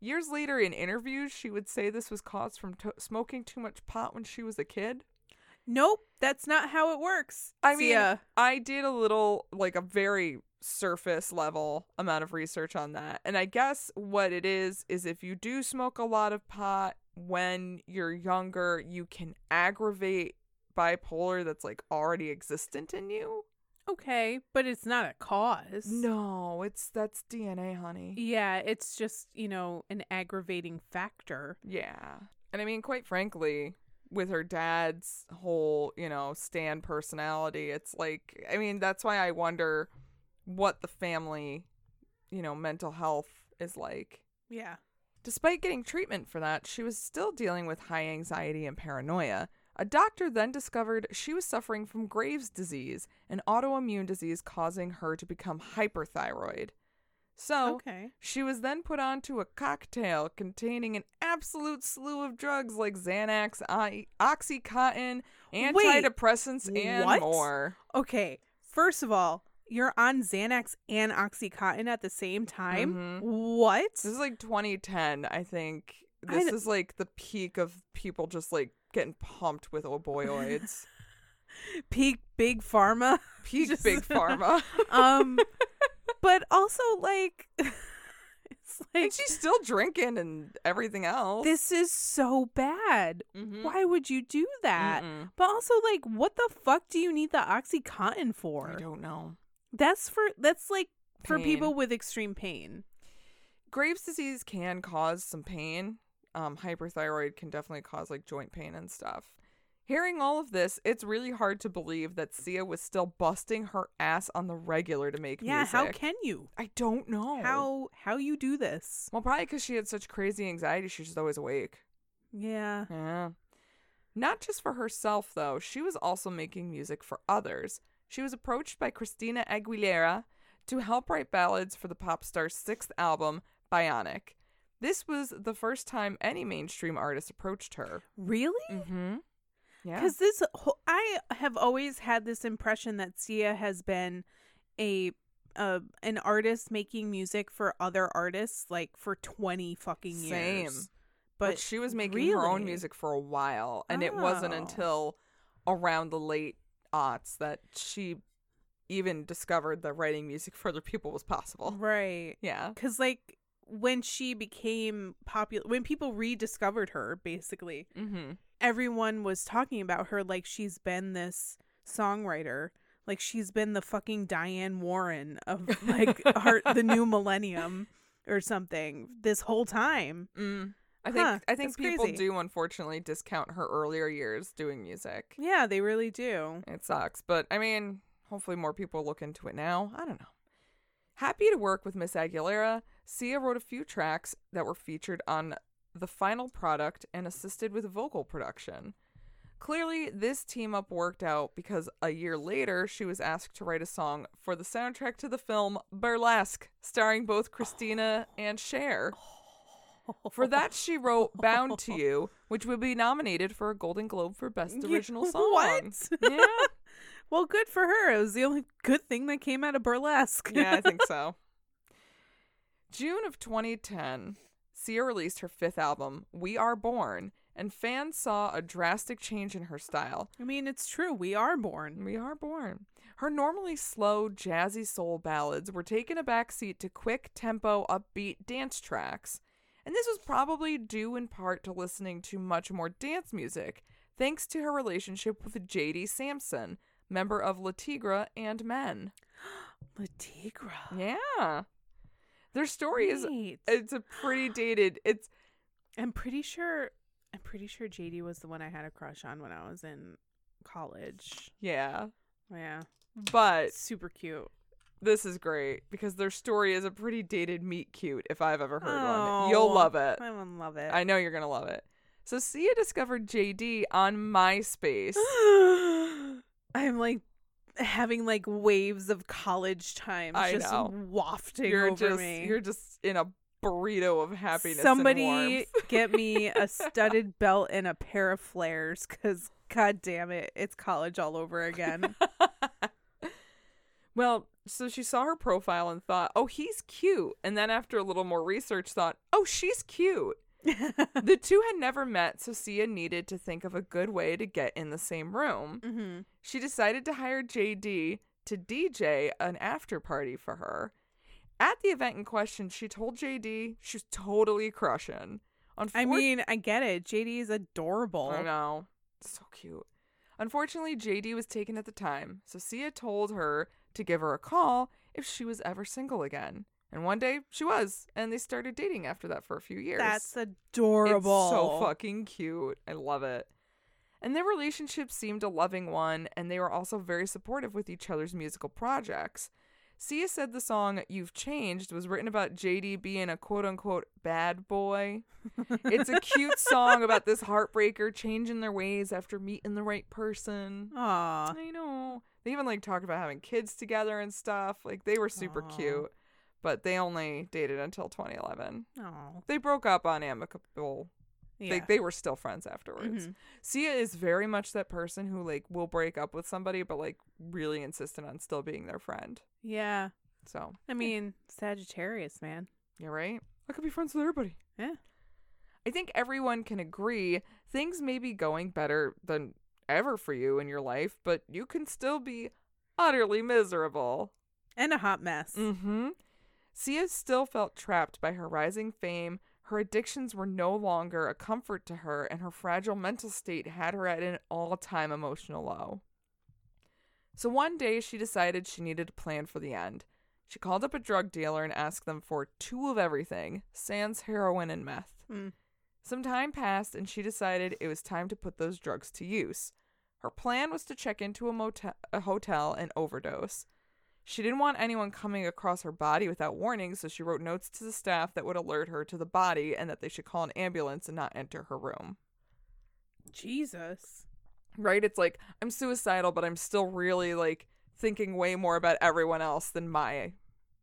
Speaker 1: Years later, in interviews, she would say this was caused from to- smoking too much pot when she was a kid.
Speaker 2: Nope, that's not how it works.
Speaker 1: I mean,
Speaker 2: Sia.
Speaker 1: I did a little, like a very surface level amount of research on that. And I guess what it is, is if you do smoke a lot of pot when you're younger, you can aggravate bipolar that's like already existent in you.
Speaker 2: okay, but it's not a cause.
Speaker 1: No, it's that's DNA, honey.
Speaker 2: Yeah, it's just, you know, an aggravating factor.
Speaker 1: Yeah. And I mean, quite frankly, with her dad's whole, you know, Stan personality, it's like, I mean, that's why I wonder what the family, you know, mental health is like.
Speaker 2: Yeah.
Speaker 1: Despite getting treatment for that, she was still dealing with high anxiety and paranoia. A doctor then discovered she was suffering from Graves' disease, an autoimmune disease causing her to become hyperthyroid. So,
Speaker 2: Okay.
Speaker 1: she was then put onto a cocktail containing an absolute slew of drugs like Xanax, I- Oxycontin, antidepressants, and
Speaker 2: what?
Speaker 1: more.
Speaker 2: Okay. First of all, you're on Xanax and Oxycontin at the same time.
Speaker 1: Mhm.
Speaker 2: What?
Speaker 1: This is like 2010, I think.
Speaker 2: I
Speaker 1: This
Speaker 2: d-
Speaker 1: is like the peak of people just like getting pumped with opioids.
Speaker 2: Peak big pharma.
Speaker 1: peak
Speaker 2: Just-
Speaker 1: big pharma.
Speaker 2: Um but also like it's like
Speaker 1: and she's still drinking and everything else.
Speaker 2: this is so bad.
Speaker 1: Mhm.
Speaker 2: Why would you do that?
Speaker 1: Mm-mm.
Speaker 2: But also like what the fuck do you need the Oxycontin
Speaker 1: I
Speaker 2: for?
Speaker 1: don't know.
Speaker 2: That's for that's like for
Speaker 1: Pain.
Speaker 2: people with extreme pain.
Speaker 1: Graves' disease can cause some pain. Um, hyperthyroid can definitely cause like joint pain and stuff. Hearing all of this, it's really hard to believe that Sia was still busting her ass on the regular to make
Speaker 2: Yeah,
Speaker 1: music.
Speaker 2: how can you?
Speaker 1: I don't know.
Speaker 2: How how you do this?
Speaker 1: Well, probably because she had such crazy anxiety, she was just always awake.
Speaker 2: Yeah.
Speaker 1: Yeah. Not just for herself, though, she was also making music for others. She was approached by Christina Aguilera to help write ballads for the pop star's sixth album, Bionic. This was the first time any mainstream artist approached her.
Speaker 2: Really?
Speaker 1: Mm-hmm. Yeah.
Speaker 2: Because this, whole, I have always had this impression that Sia has been a uh, an artist making music for other artists like for twenty fucking years.
Speaker 1: Same.
Speaker 2: But,
Speaker 1: she was making her own
Speaker 2: really?
Speaker 1: music for a while, and it wasn't
Speaker 2: Oh.
Speaker 1: until around the late aughts that she even discovered that writing music for other people was possible.
Speaker 2: right?
Speaker 1: Yeah.
Speaker 2: Because like when she became popular, when people rediscovered her, basically,
Speaker 1: Mm-hmm.
Speaker 2: everyone was talking about her like she's been this songwriter like she's been the fucking diane warren of like art the new millennium or something this whole time
Speaker 1: Mm. I think
Speaker 2: Huh,
Speaker 1: I think
Speaker 2: that's
Speaker 1: people
Speaker 2: crazy.
Speaker 1: do unfortunately discount her earlier years doing music.
Speaker 2: yeah they really do
Speaker 1: It sucks, but I mean, hopefully more people look into it now. I don't know. Happy to work with Miss Aguilera, Sia wrote a few tracks that were featured on the final product and assisted with vocal production. Clearly, this team up worked out because a year later, she was asked to write a song for the soundtrack to the film Burlesque, starring both Christina and Cher. For that, she wrote Bound to You, which would be nominated for a Golden Globe for Best
Speaker 2: Yeah,
Speaker 1: Original Song.
Speaker 2: what?
Speaker 1: Yeah.
Speaker 2: well good for her it was the only good thing that came out of burlesque
Speaker 1: Yeah, I think so. June of 2010, Sia released her fifth album, We Are Born, and fans saw a drastic change in her style.
Speaker 2: i mean it's true we are born
Speaker 1: We Are Born. Her normally slow, jazzy soul ballads were taking a backseat to quick tempo, upbeat dance tracks. And this was probably due in part to listening to much more dance music, thanks to her relationship with JD Sampson, member of La Tigra and Men.
Speaker 2: latigra
Speaker 1: Yeah. Their story is
Speaker 2: Wait.
Speaker 1: it's a pretty dated. It's
Speaker 2: i'm pretty sure i'm pretty sure jd was the one i had a crush on when i was in college
Speaker 1: yeah.
Speaker 2: yeah
Speaker 1: But
Speaker 2: super cute
Speaker 1: this is great because their story is a pretty dated meet cute if I've ever heard one. You'll love it.
Speaker 2: I would love it.
Speaker 1: I know you're going to love it. So Sia discovered JD on MySpace.
Speaker 2: I'm like having like waves of college time
Speaker 1: I
Speaker 2: just
Speaker 1: know.
Speaker 2: wafting
Speaker 1: you're
Speaker 2: over
Speaker 1: just
Speaker 2: me.
Speaker 1: you're just in a burrito of happiness. and
Speaker 2: Somebody
Speaker 1: warmth.
Speaker 2: get me a studded belt and a pair of flares because god damn it, it's college all over again.
Speaker 1: Well, so she saw her profile and thought, "Oh, he's cute." And then after a little more research thought, "Oh, she's cute." the two had never met, so Sia needed to think of a good way to get in the same room.
Speaker 2: mm-hmm.
Speaker 1: She decided to hire JD to DJ an after party for her. At the event in question, she told JD she was totally crushing. Unfor-
Speaker 2: I mean, I get it. JD is adorable.
Speaker 1: I know. So cute. Unfortunately, JD was taken at the time, so Sia told her to give her a call if she was ever single again. And one day she was, and they started dating after that for a few years.
Speaker 2: That's adorable.
Speaker 1: It's so fucking cute. I love it. And their relationship seemed a loving one, and they were also very supportive with each other's musical projects. Sia said the song You've Changed was written about JD being a quote unquote bad boy. It's a cute song about this heartbreaker changing their ways after meeting the right person.
Speaker 2: Aw.
Speaker 1: I know. They even like talked about having kids together and stuff. Like they were super
Speaker 2: Aw.
Speaker 1: cute, but they only dated until 2011.
Speaker 2: Aw.
Speaker 1: They broke up on amicable
Speaker 2: Yeah.
Speaker 1: like they were still friends afterwards.
Speaker 2: Mhm.
Speaker 1: Sia is very much that person who like will break up with somebody but like really insistent on still being their friend.
Speaker 2: yeah.
Speaker 1: So
Speaker 2: I mean, Sagittarius, man.
Speaker 1: you're right. I could be friends with everybody.
Speaker 2: Yeah.
Speaker 1: I think everyone can agree things may be going better than ever for you in your life, but you can still be utterly miserable.
Speaker 2: And a hot mess.
Speaker 1: Mm-hmm. Sia still felt trapped by her rising fame. Her addictions were no longer a comfort to her, and her fragile mental state had her at an all time emotional low. So one day she decided she needed a plan for the end. She called up a drug dealer and asked them for two of everything sans heroin and meth.
Speaker 2: Mm.
Speaker 1: Some time passed, and she decided it was time to put those drugs to use. Her plan was to check into a, motel, a hotel and overdose. She didn't want anyone coming across her body without warning, so she wrote notes to the staff that would alert her to the body and that they should call an ambulance and not enter her room.
Speaker 2: Jesus.
Speaker 1: Right? It's like, I'm suicidal, but I'm still really like thinking way more about everyone else than my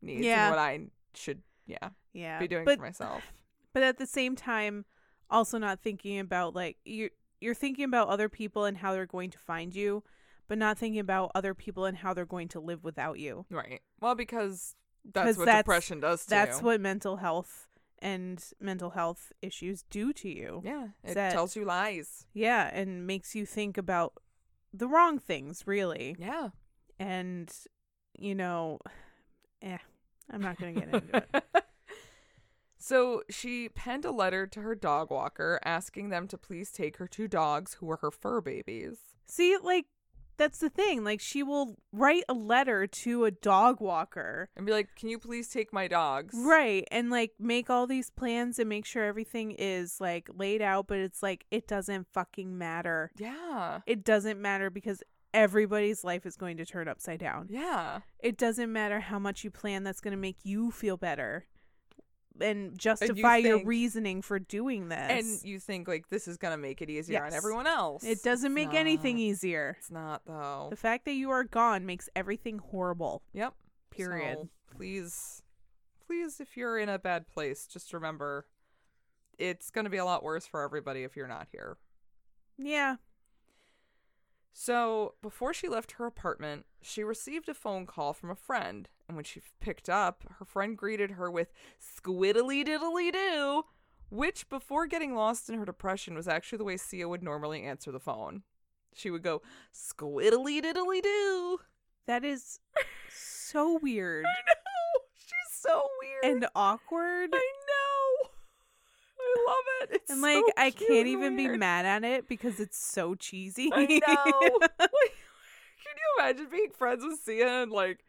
Speaker 1: needs
Speaker 2: Yeah.
Speaker 1: and what I should, yeah,
Speaker 2: Yeah.
Speaker 1: be doing
Speaker 2: but,
Speaker 1: for myself.
Speaker 2: but at the same time also not thinking about like you you're thinking about other people and how they're going to find you but not thinking about other people and how they're going to live without you
Speaker 1: Right. Well, because
Speaker 2: 'Cause
Speaker 1: that's what
Speaker 2: that's-
Speaker 1: depression does to
Speaker 2: that's
Speaker 1: you.
Speaker 2: what mental health and mental health issues do to you
Speaker 1: Yeah. It
Speaker 2: that-
Speaker 1: tells you lies.
Speaker 2: yeah and makes you think about the wrong things really
Speaker 1: Yeah.
Speaker 2: and you know eh, i'm not gonna get into it
Speaker 1: So she penned a letter to her dog walker asking them to please take her two dogs who were her fur babies.
Speaker 2: see like that's the thing like she will write a letter to a dog walker
Speaker 1: And be like, Can you please take my dogs?
Speaker 2: right and like make all these plans and make sure everything is like laid out but it's like it doesn't fucking matter
Speaker 1: Yeah.
Speaker 2: it doesn't matter because everybody's life is going to turn upside down
Speaker 1: Yeah.
Speaker 2: it doesn't matter how much you plan that's going to make you feel better and
Speaker 1: you
Speaker 2: justify your
Speaker 1: think-
Speaker 2: reasoning for doing this
Speaker 1: And you think like this is gonna make it easier on
Speaker 2: Yes.
Speaker 1: everyone else.
Speaker 2: It doesn't
Speaker 1: It's
Speaker 2: make anything
Speaker 1: not.
Speaker 2: easier.
Speaker 1: It's not though.
Speaker 2: The fact that you are gone makes everything horrible.
Speaker 1: Yep.
Speaker 2: Period.
Speaker 1: So, please, please, if you're in a bad place, just remember it's going to be a lot worse for everybody if you're not here.
Speaker 2: Yeah.
Speaker 1: So, before she left her apartment, she received a phone call from a friend. And when she f- picked up, her friend greeted her with squiddly diddly doo, which, before getting lost in her depression, was actually the way Sia would normally answer the phone. She would go squiddly diddly doo.
Speaker 2: That is so weird
Speaker 1: No, she's so weird.
Speaker 2: and awkward.
Speaker 1: I know. I love it. It's
Speaker 2: And like
Speaker 1: so
Speaker 2: I
Speaker 1: cute
Speaker 2: can't
Speaker 1: and
Speaker 2: even be
Speaker 1: weird.
Speaker 2: mad at it because it's so cheesy.
Speaker 1: I know. Like, Can you imagine being friends with Sia and like,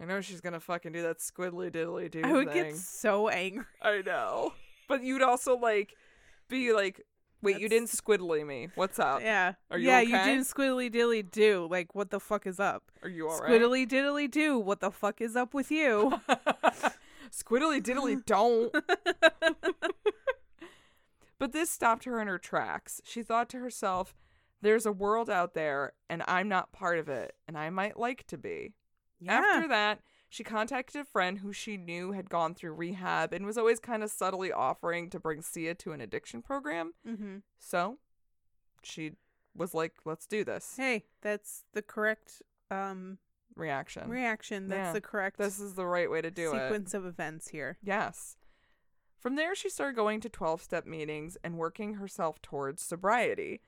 Speaker 1: I know she's gonna fucking do that squiddly diddly do
Speaker 2: I would
Speaker 1: thing.
Speaker 2: get so angry.
Speaker 1: I know. But you'd also like be like, wait, you didn't squiddly me. What's up?
Speaker 2: Yeah.
Speaker 1: Uh, Are you
Speaker 2: yeah,
Speaker 1: okay?
Speaker 2: you did squiddly dilly do. Like what the fuck is up?
Speaker 1: Are you alright?
Speaker 2: Squiddly diddly do. What the fuck is up with you?
Speaker 1: Squiddly diddly don't. but this stopped her in her tracks. She thought to herself, there's a world out there and I'm not part of it and I might like to be. After that, she contacted a friend who she knew had gone through rehab and was always kind of subtly offering to bring Sia to an addiction program.
Speaker 2: hmm
Speaker 1: So she was like, let's do this.
Speaker 2: Hey, that's the correct um
Speaker 1: Reaction.
Speaker 2: reaction. That's
Speaker 1: Yeah.
Speaker 2: the correct
Speaker 1: this is the right way to do it.
Speaker 2: sequence of events here.
Speaker 1: Yes. From there, she started going to 12 step meetings and working herself towards sobriety.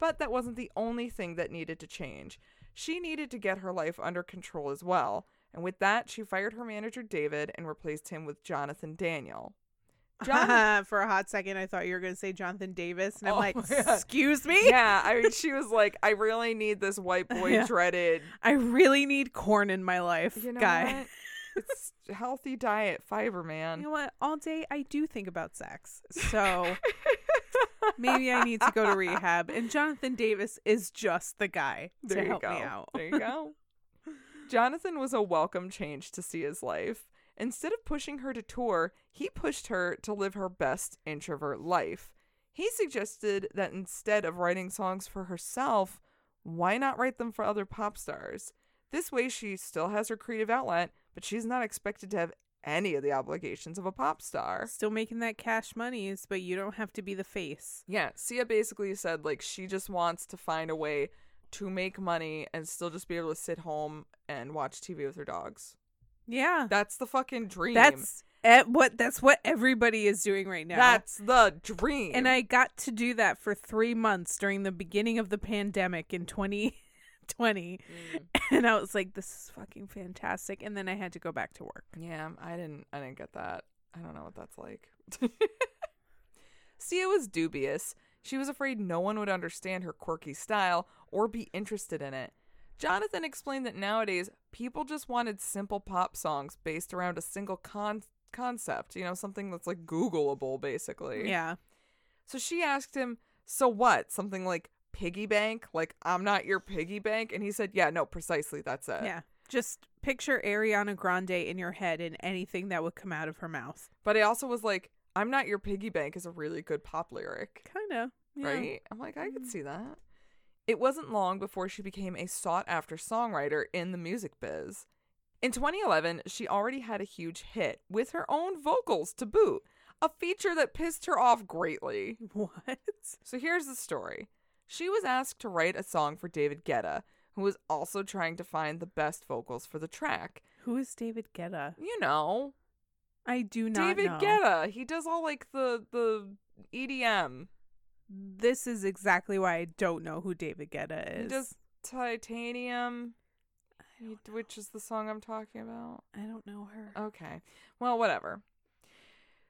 Speaker 1: But that wasn't the only thing that needed to change. She needed to get her life under control as well. And with that, she fired her manager, David, and replaced him with Jonathan Daniel. Jonathan.
Speaker 2: For a hot second, I thought you were going to say Jonathan Davis, and I'm
Speaker 1: Oh
Speaker 2: like,
Speaker 1: my God.
Speaker 2: excuse me?
Speaker 1: yeah, I mean, she was like, I really need this white boy
Speaker 2: Yeah.
Speaker 1: dreaded.
Speaker 2: I really need corn in my life,
Speaker 1: You know
Speaker 2: guy.
Speaker 1: what? It's healthy diet, fiber, man.
Speaker 2: You know what? All day I do think about sex. So maybe I need to go to rehab. And Jonathan Davis is just the guy
Speaker 1: There
Speaker 2: to
Speaker 1: you
Speaker 2: help
Speaker 1: go.
Speaker 2: me out.
Speaker 1: There you go. Jonathan was a welcome change to Sia's life. Instead of pushing her to tour, he pushed her to live her best introvert life. He suggested that instead of writing songs for herself, why not write them for other pop stars? This way, she still has her creative outlet, but she's not expected to have any of the obligations of a pop star.
Speaker 2: Still making that cash monies, but you don't have to be the face.
Speaker 1: Yeah, Sia basically said like she just wants to find a way to make money and still just be able to sit home and watch TV with her dogs.
Speaker 2: Yeah.
Speaker 1: That's the fucking dream.
Speaker 2: That's eh, what that's what everybody is doing right now.
Speaker 1: That's the dream.
Speaker 2: And I got to do that for three months during the beginning of the pandemic in 2020.
Speaker 1: Mm.
Speaker 2: And I was like, this is fucking fantastic. And then I had to go back to work.
Speaker 1: Yeah, I didn't I didn't get that. I don't know what that's like. Sia was dubious. She was afraid no one would understand her quirky style or be interested in it. Jonathan explained that nowadays people just wanted simple pop songs based around a single con- concept, you know, something that's like Googleable basically.
Speaker 2: Yeah.
Speaker 1: So she asked him, So what? Something like piggy bank? Like, I'm not your piggy bank? And he said, Yeah, no, precisely. That's it.
Speaker 2: Yeah. Just picture Ariana Grande in your head and anything that would come out of her mouth.
Speaker 1: But I also was like, I'm not your piggy bank is a really good pop lyric,
Speaker 2: Kind of. Yeah.
Speaker 1: right? I'm like, I could see that. It wasn't long before she became a sought after songwriter in the music biz. In 2011, she already had a huge hit with her own vocals to boot, a feature that pissed her off greatly.
Speaker 2: What?
Speaker 1: So here's the story. She was asked to write a song for David Guetta, who was also trying to find the best vocals for the track.
Speaker 2: Who is David Guetta?
Speaker 1: You know,
Speaker 2: I do not
Speaker 1: David
Speaker 2: know.
Speaker 1: Guetta. He does all like the the E EDM.
Speaker 2: This is exactly why I don't know who David Guetta is.
Speaker 1: He does Titanium, which is the song I'm talking about.
Speaker 2: I don't know her.
Speaker 1: Okay. Well, whatever.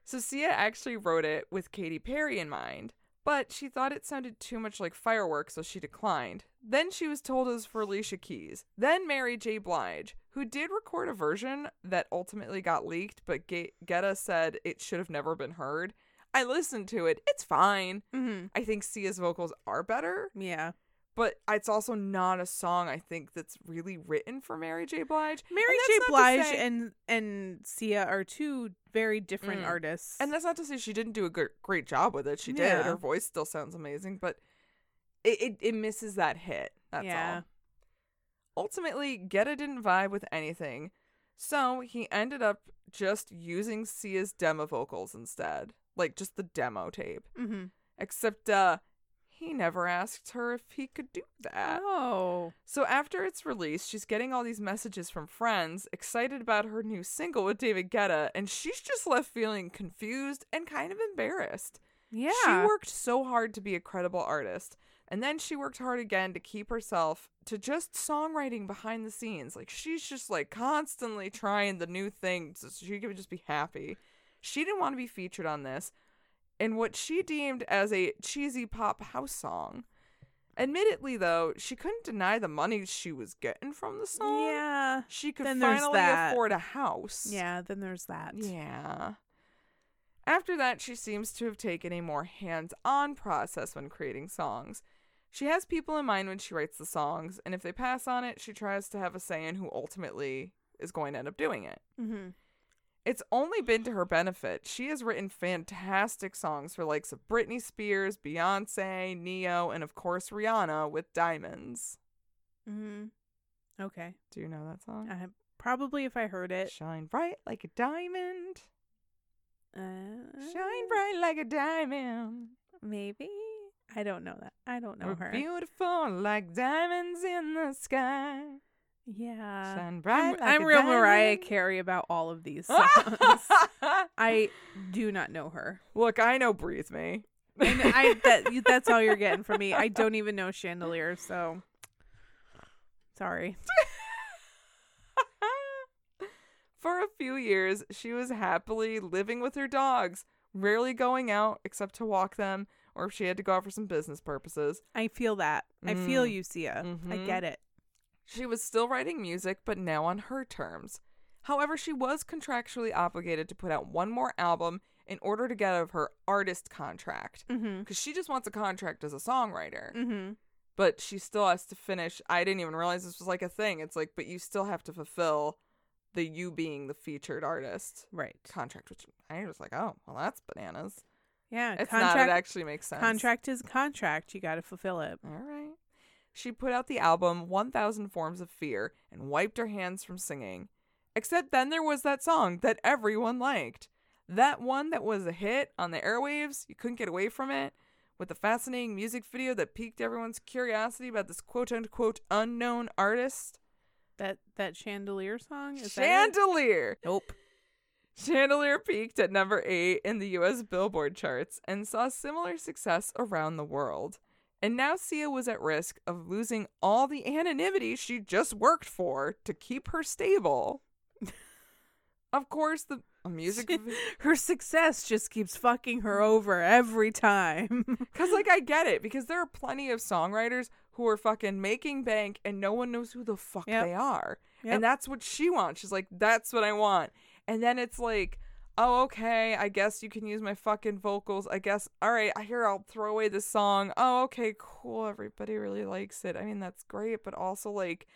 Speaker 1: So Sia actually wrote it with Katy Perry in mind, but she thought it sounded too much like fireworks, so she declined. Then she was told it was for Alicia Keys, then Mary J. Blige, who did record a version that ultimately got leaked, but Ga- Getta said it should have never been heard. I listened to it. It's fine.
Speaker 2: Mhm.
Speaker 1: I think Sia's vocals are better,
Speaker 2: Yeah.
Speaker 1: but it's also not a song I think that's really written for Mary J. Blige.
Speaker 2: Mary
Speaker 1: that's
Speaker 2: J.
Speaker 1: not to
Speaker 2: Blige
Speaker 1: say-
Speaker 2: and and Sia are two very different
Speaker 1: Mm.
Speaker 2: artists.
Speaker 1: And that's not to say she didn't do a gr- great job with it. She did.
Speaker 2: Yeah.
Speaker 1: Her voice still sounds amazing, but it, it, it misses that hit. That's
Speaker 2: Yeah.
Speaker 1: all. Ultimately, Getta didn't vibe with anything, so he ended up just using Sia's demo vocals instead, like just the demo tape.
Speaker 2: mm-hmm.
Speaker 1: Except, uh, he never asked her if he could do that.
Speaker 2: oh,
Speaker 1: So after its release, she's getting all these messages from friends excited about her new single with David Guetta, and she's just left feeling confused and kind of embarrassed.
Speaker 2: yeah.
Speaker 1: She worked so hard to be a credible artist, and then she worked hard again to keep herself to just songwriting behind the scenes. Like she's just like constantly trying the new thing so she could just be happy. She didn't want to be featured on this in what she deemed as a cheesy pop house song. Admittedly, though, she couldn't deny the money she was getting from the song.
Speaker 2: yeah.
Speaker 1: She could
Speaker 2: Then there's
Speaker 1: finally
Speaker 2: that.
Speaker 1: afford a house.
Speaker 2: Yeah. Then there's that.
Speaker 1: Yeah. After that, she seems to have taken a more hands on process when creating songs. She has people in mind when she writes the songs, and if they pass on it, she tries to have a say in who ultimately is going to end up doing it.
Speaker 2: Mm-hmm.
Speaker 1: It's only been to her benefit. She has written fantastic songs for likes of Britney Spears, Beyonce, Neo, and of course Rihanna with Diamonds.
Speaker 2: Mm-hmm. Okay.
Speaker 1: Do you know that song?
Speaker 2: I probably if I heard it.
Speaker 1: Shine bright like a diamond.
Speaker 2: Uh, Ah.
Speaker 1: Shine bright like a diamond.
Speaker 2: Maybe. I don't know that. I don't know
Speaker 1: We're
Speaker 2: her.
Speaker 1: beautiful like diamonds in the sky.
Speaker 2: yeah.
Speaker 1: Shine
Speaker 2: Uh, I'm,
Speaker 1: bright. like
Speaker 2: I'm
Speaker 1: a
Speaker 2: real Mariah
Speaker 1: diamond.
Speaker 2: Carey about all of these songs. I do not know her.
Speaker 1: Look, I know "Breathe Me."
Speaker 2: And I that that's all you're getting from me. I don't even know Chandelier, so sorry.
Speaker 1: For a few years, she was happily living with her dogs, rarely going out except to walk them or if she had to go out for some business purposes.
Speaker 2: I feel that. I feel
Speaker 1: Mm.
Speaker 2: you, Sia. I
Speaker 1: Mhm.
Speaker 2: get it.
Speaker 1: She was still writing music, but now on her terms. However, she was contractually obligated to put out one more album in order to get out of her artist contract
Speaker 2: Mm-hmm.
Speaker 1: because she just wants a contract as a songwriter.
Speaker 2: Mm-hmm.
Speaker 1: But she still has to finish. I didn't even realize this was like a thing. It's like, but you still have to fulfill the you being the featured artist
Speaker 2: Right.
Speaker 1: contract, which I was like, oh, well, that's bananas.
Speaker 2: yeah.
Speaker 1: It's
Speaker 2: contract
Speaker 1: not, it actually makes sense.
Speaker 2: contract is contract. You gotta fulfill it.
Speaker 1: All right. She put out the album 1000 Forms of Fear and wiped her hands from singing. Except then there was that song that everyone liked. That one that was a hit on the airwaves, you couldn't get away from it, with a fascinating music video that piqued everyone's curiosity about this quote unquote unknown artist.
Speaker 2: That that chandelier song? Is that
Speaker 1: Chandelier!
Speaker 2: it? Nope.
Speaker 1: Chandelier peaked at number eight in the US Billboard charts and saw similar success around the world. And now Sia was at risk of losing all the anonymity she just worked for to keep her stable. of course, the music.
Speaker 2: her success just keeps fucking her over every time.
Speaker 1: Because, like, I get it, because there are plenty of songwriters who are fucking making bank and no one knows who the fuck
Speaker 2: Yep.
Speaker 1: they are.
Speaker 2: Yep.
Speaker 1: And that's what she wants. She's like, that's what I want. And then it's like, oh, okay, I guess you can use my fucking vocals. I guess, all right, I hear I'll throw away this song. Oh, okay, cool. Everybody really likes it. I mean, that's great, but also, like,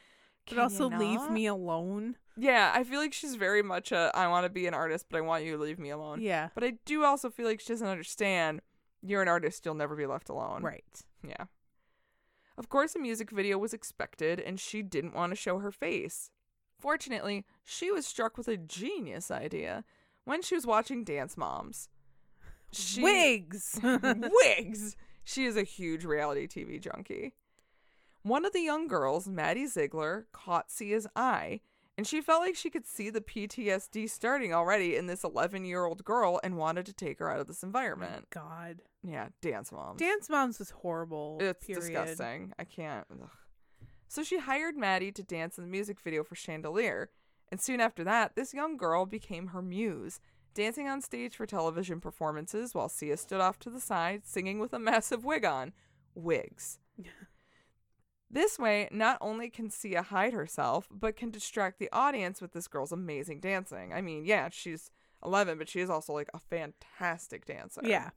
Speaker 2: but
Speaker 1: can you
Speaker 2: also leave
Speaker 1: not?
Speaker 2: me alone.
Speaker 1: Yeah, I feel like she's very much a I want to be an artist, but I want you to leave me alone.
Speaker 2: Yeah.
Speaker 1: But I do also feel like she doesn't understand you're an artist, you'll never be left alone.
Speaker 2: Right.
Speaker 1: Yeah. Of course, a music video was expected, and she didn't want to show her face. Fortunately, she was struck with a genius idea when she was watching Dance Moms. She,
Speaker 2: Wigs. Oh
Speaker 1: wigs. She is a huge reality TV junkie. One of the young girls, Maddie Ziegler, caught Sia's eye, and she felt like she could see the PTSD starting already in this 11 year old girl and wanted to take her out of this environment.
Speaker 2: God.
Speaker 1: Yeah, dance mom.
Speaker 2: Dance Moms was horrible.
Speaker 1: Um, It's
Speaker 2: period.
Speaker 1: disgusting. I can't. ugh. So she hired Maddie to dance in the music video for Chandelier, and soon after that, this young girl became her muse, dancing on stage for television performances while Sia stood off to the side singing with a massive wig on. Wigs. This way, not only can Sia hide herself, but can distract the audience with this girl's amazing dancing. I mean, yeah, she's 11, but she is also like a fantastic dancer.
Speaker 2: Yeah.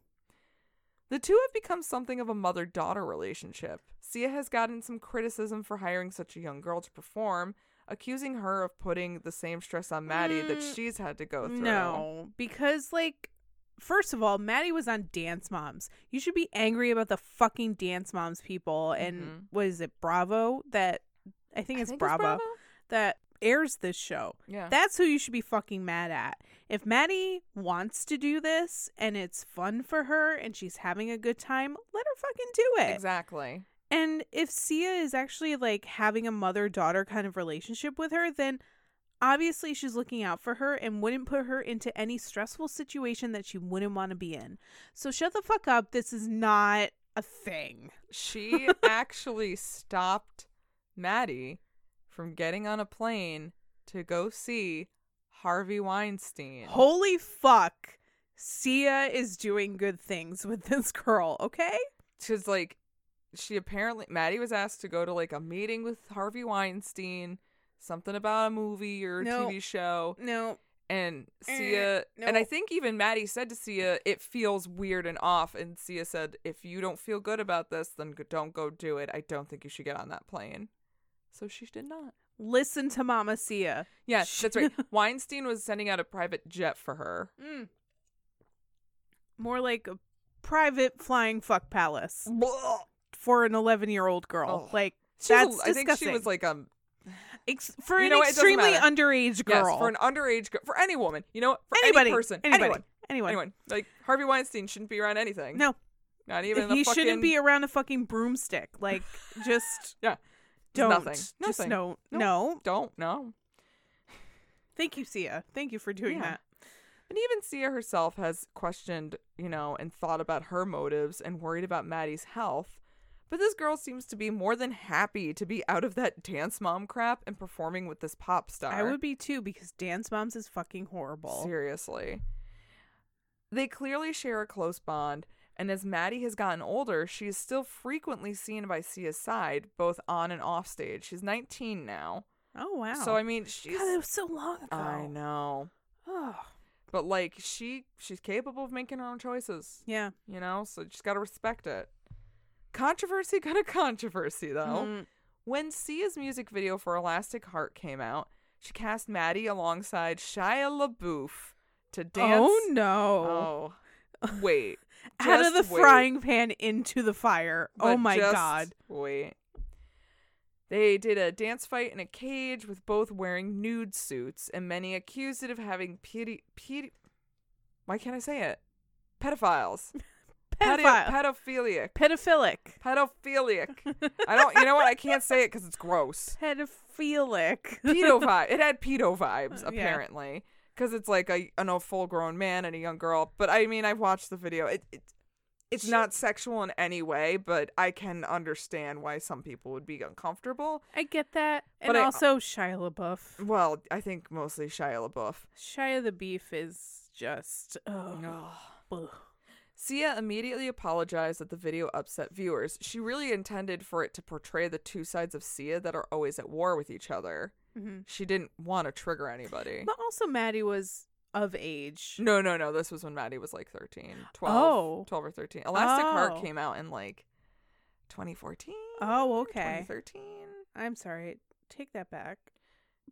Speaker 1: The two have become something of a mother daughter relationship. Sia has gotten some criticism for hiring such a young girl to perform, accusing her of putting the same stress on Maddie that
Speaker 2: Mm,
Speaker 1: she's had to go through.
Speaker 2: No, because like first of all, Maddie was on Dance Moms. You should be angry about the fucking Dance Moms people and
Speaker 1: Mhm.
Speaker 2: what is it, Bravo that I think
Speaker 1: I
Speaker 2: it's,
Speaker 1: think
Speaker 2: Bravo, that airs this show.
Speaker 1: Yeah.
Speaker 2: That's who you should be fucking mad at. If Maddie wants to do this and it's fun for her and she's having a good time, let her fucking do it.
Speaker 1: exactly.
Speaker 2: And if Sia is actually like having a mother daughter kind of relationship with her, then obviously she's looking out for her and wouldn't put her into any stressful situation that she wouldn't want to be in. So shut the fuck up. This is not a thing.
Speaker 1: She actually stopped Maddie from getting on a plane to go see Harvey Weinstein.
Speaker 2: Holy fuck. Sia is doing good things with this girl, okay?
Speaker 1: because like she apparently Maddie was asked to go to like a meeting with Harvey Weinstein, something about a movie or a
Speaker 2: No.
Speaker 1: TV show,
Speaker 2: No.
Speaker 1: and
Speaker 2: Eh,
Speaker 1: Sia and I
Speaker 2: no.
Speaker 1: think even Maddie said to Sia, "It feels weird and off," and Sia said, "If you don't feel good about this, then g- don't go do it. I don't think you should get on that plane." So she did not.
Speaker 2: Listen to Mama Sia.
Speaker 1: Yes, that's right. Weinstein was sending out a private jet for her.
Speaker 2: Mm. More like a private flying fuck palace. for an 11 year old girl.
Speaker 1: Ugh.
Speaker 2: Like,
Speaker 1: She was a-
Speaker 2: That's
Speaker 1: I think she was
Speaker 2: disgusting.
Speaker 1: like um
Speaker 2: ex- for
Speaker 1: You
Speaker 2: an
Speaker 1: know what? It doesn't
Speaker 2: extremely
Speaker 1: matter.
Speaker 2: underage
Speaker 1: yes,
Speaker 2: girl.
Speaker 1: for an underage girl for any woman you know what? for
Speaker 2: anybody,
Speaker 1: any person
Speaker 2: Anybody.
Speaker 1: anyone.
Speaker 2: Anyone.
Speaker 1: Anyone. Like Harvey Weinstein shouldn't be around anything.
Speaker 2: No,
Speaker 1: Not even
Speaker 2: he
Speaker 1: a fucking,
Speaker 2: shouldn't be around a fucking broomstick. Like, just.
Speaker 1: Yeah.
Speaker 2: Don't.
Speaker 1: Nothing.
Speaker 2: Just
Speaker 1: Nothing.
Speaker 2: don't.
Speaker 1: No.
Speaker 2: No.
Speaker 1: Don't no.
Speaker 2: Thank you, Sia. Thank you for doing
Speaker 1: Yeah.
Speaker 2: that.
Speaker 1: And even Sia herself has questioned, you know, and thought about her motives and worried about Maddie's health. But this girl seems to be more than happy to be out of that dance mom crap and performing with this pop star.
Speaker 2: I would be too because Dance Moms is fucking horrible.
Speaker 1: Seriously. They clearly share a close bond, and as Maddie has gotten older, she is still frequently seen by Sia's side, both on and off stage. She's 19 now.
Speaker 2: Oh, wow.
Speaker 1: So, I mean, she's.
Speaker 2: God, that was so long ago.
Speaker 1: I know.
Speaker 2: Oh,
Speaker 1: But like she she's capable of making her own choices,
Speaker 2: yeah.
Speaker 1: you know? So just got to respect it. Controversy got a controversy though.
Speaker 2: Mm.
Speaker 1: When Sia's music video for Elastic Heart came out, she cast Maddie alongside Shia LaBeouf to dance.
Speaker 2: Oh, no.
Speaker 1: Oh. Wait.
Speaker 2: Out of the
Speaker 1: Just wait.
Speaker 2: frying pan into the fire. oh,
Speaker 1: But
Speaker 2: my
Speaker 1: just
Speaker 2: God.
Speaker 1: Wait. They did a dance fight in a cage with both wearing nude suits, and many accused it of having pedi- pedi- Why can't I say it? Pedophiles. Pedi-
Speaker 2: Pedophile.
Speaker 1: pedophilic.
Speaker 2: pedophilic.
Speaker 1: Pedophilic. I don't. You know what? I can't say it because it's gross.
Speaker 2: Pedophilic.
Speaker 1: Pedo vibe. It had pedo vibes
Speaker 2: Yeah.
Speaker 1: apparently because it's like a an, a full grown man and a young girl. But I mean, I've watched the video. It, it it's not sexual in any way, but I can understand why some people would be uncomfortable.
Speaker 2: I get that. And
Speaker 1: But I- uh,
Speaker 2: also Shia LaBeouf.
Speaker 1: Well, I think mostly Shia LaBeouf.
Speaker 2: Shia the Beef is just oh,
Speaker 1: Sia immediately apologized that the video upset viewers. She really intended for it to portray the two sides of Sia that are always at war with each other. She didn't want to trigger anybody.
Speaker 2: But also Maddie was of age.
Speaker 1: No, no, no. This was when Maddie was like 13, 12,
Speaker 2: Oh.
Speaker 1: 12 or 13. Elastic Heart
Speaker 2: Oh.
Speaker 1: came out in like 2014.
Speaker 2: Oh, okay.
Speaker 1: 2013.
Speaker 2: I'm sorry. Take that back.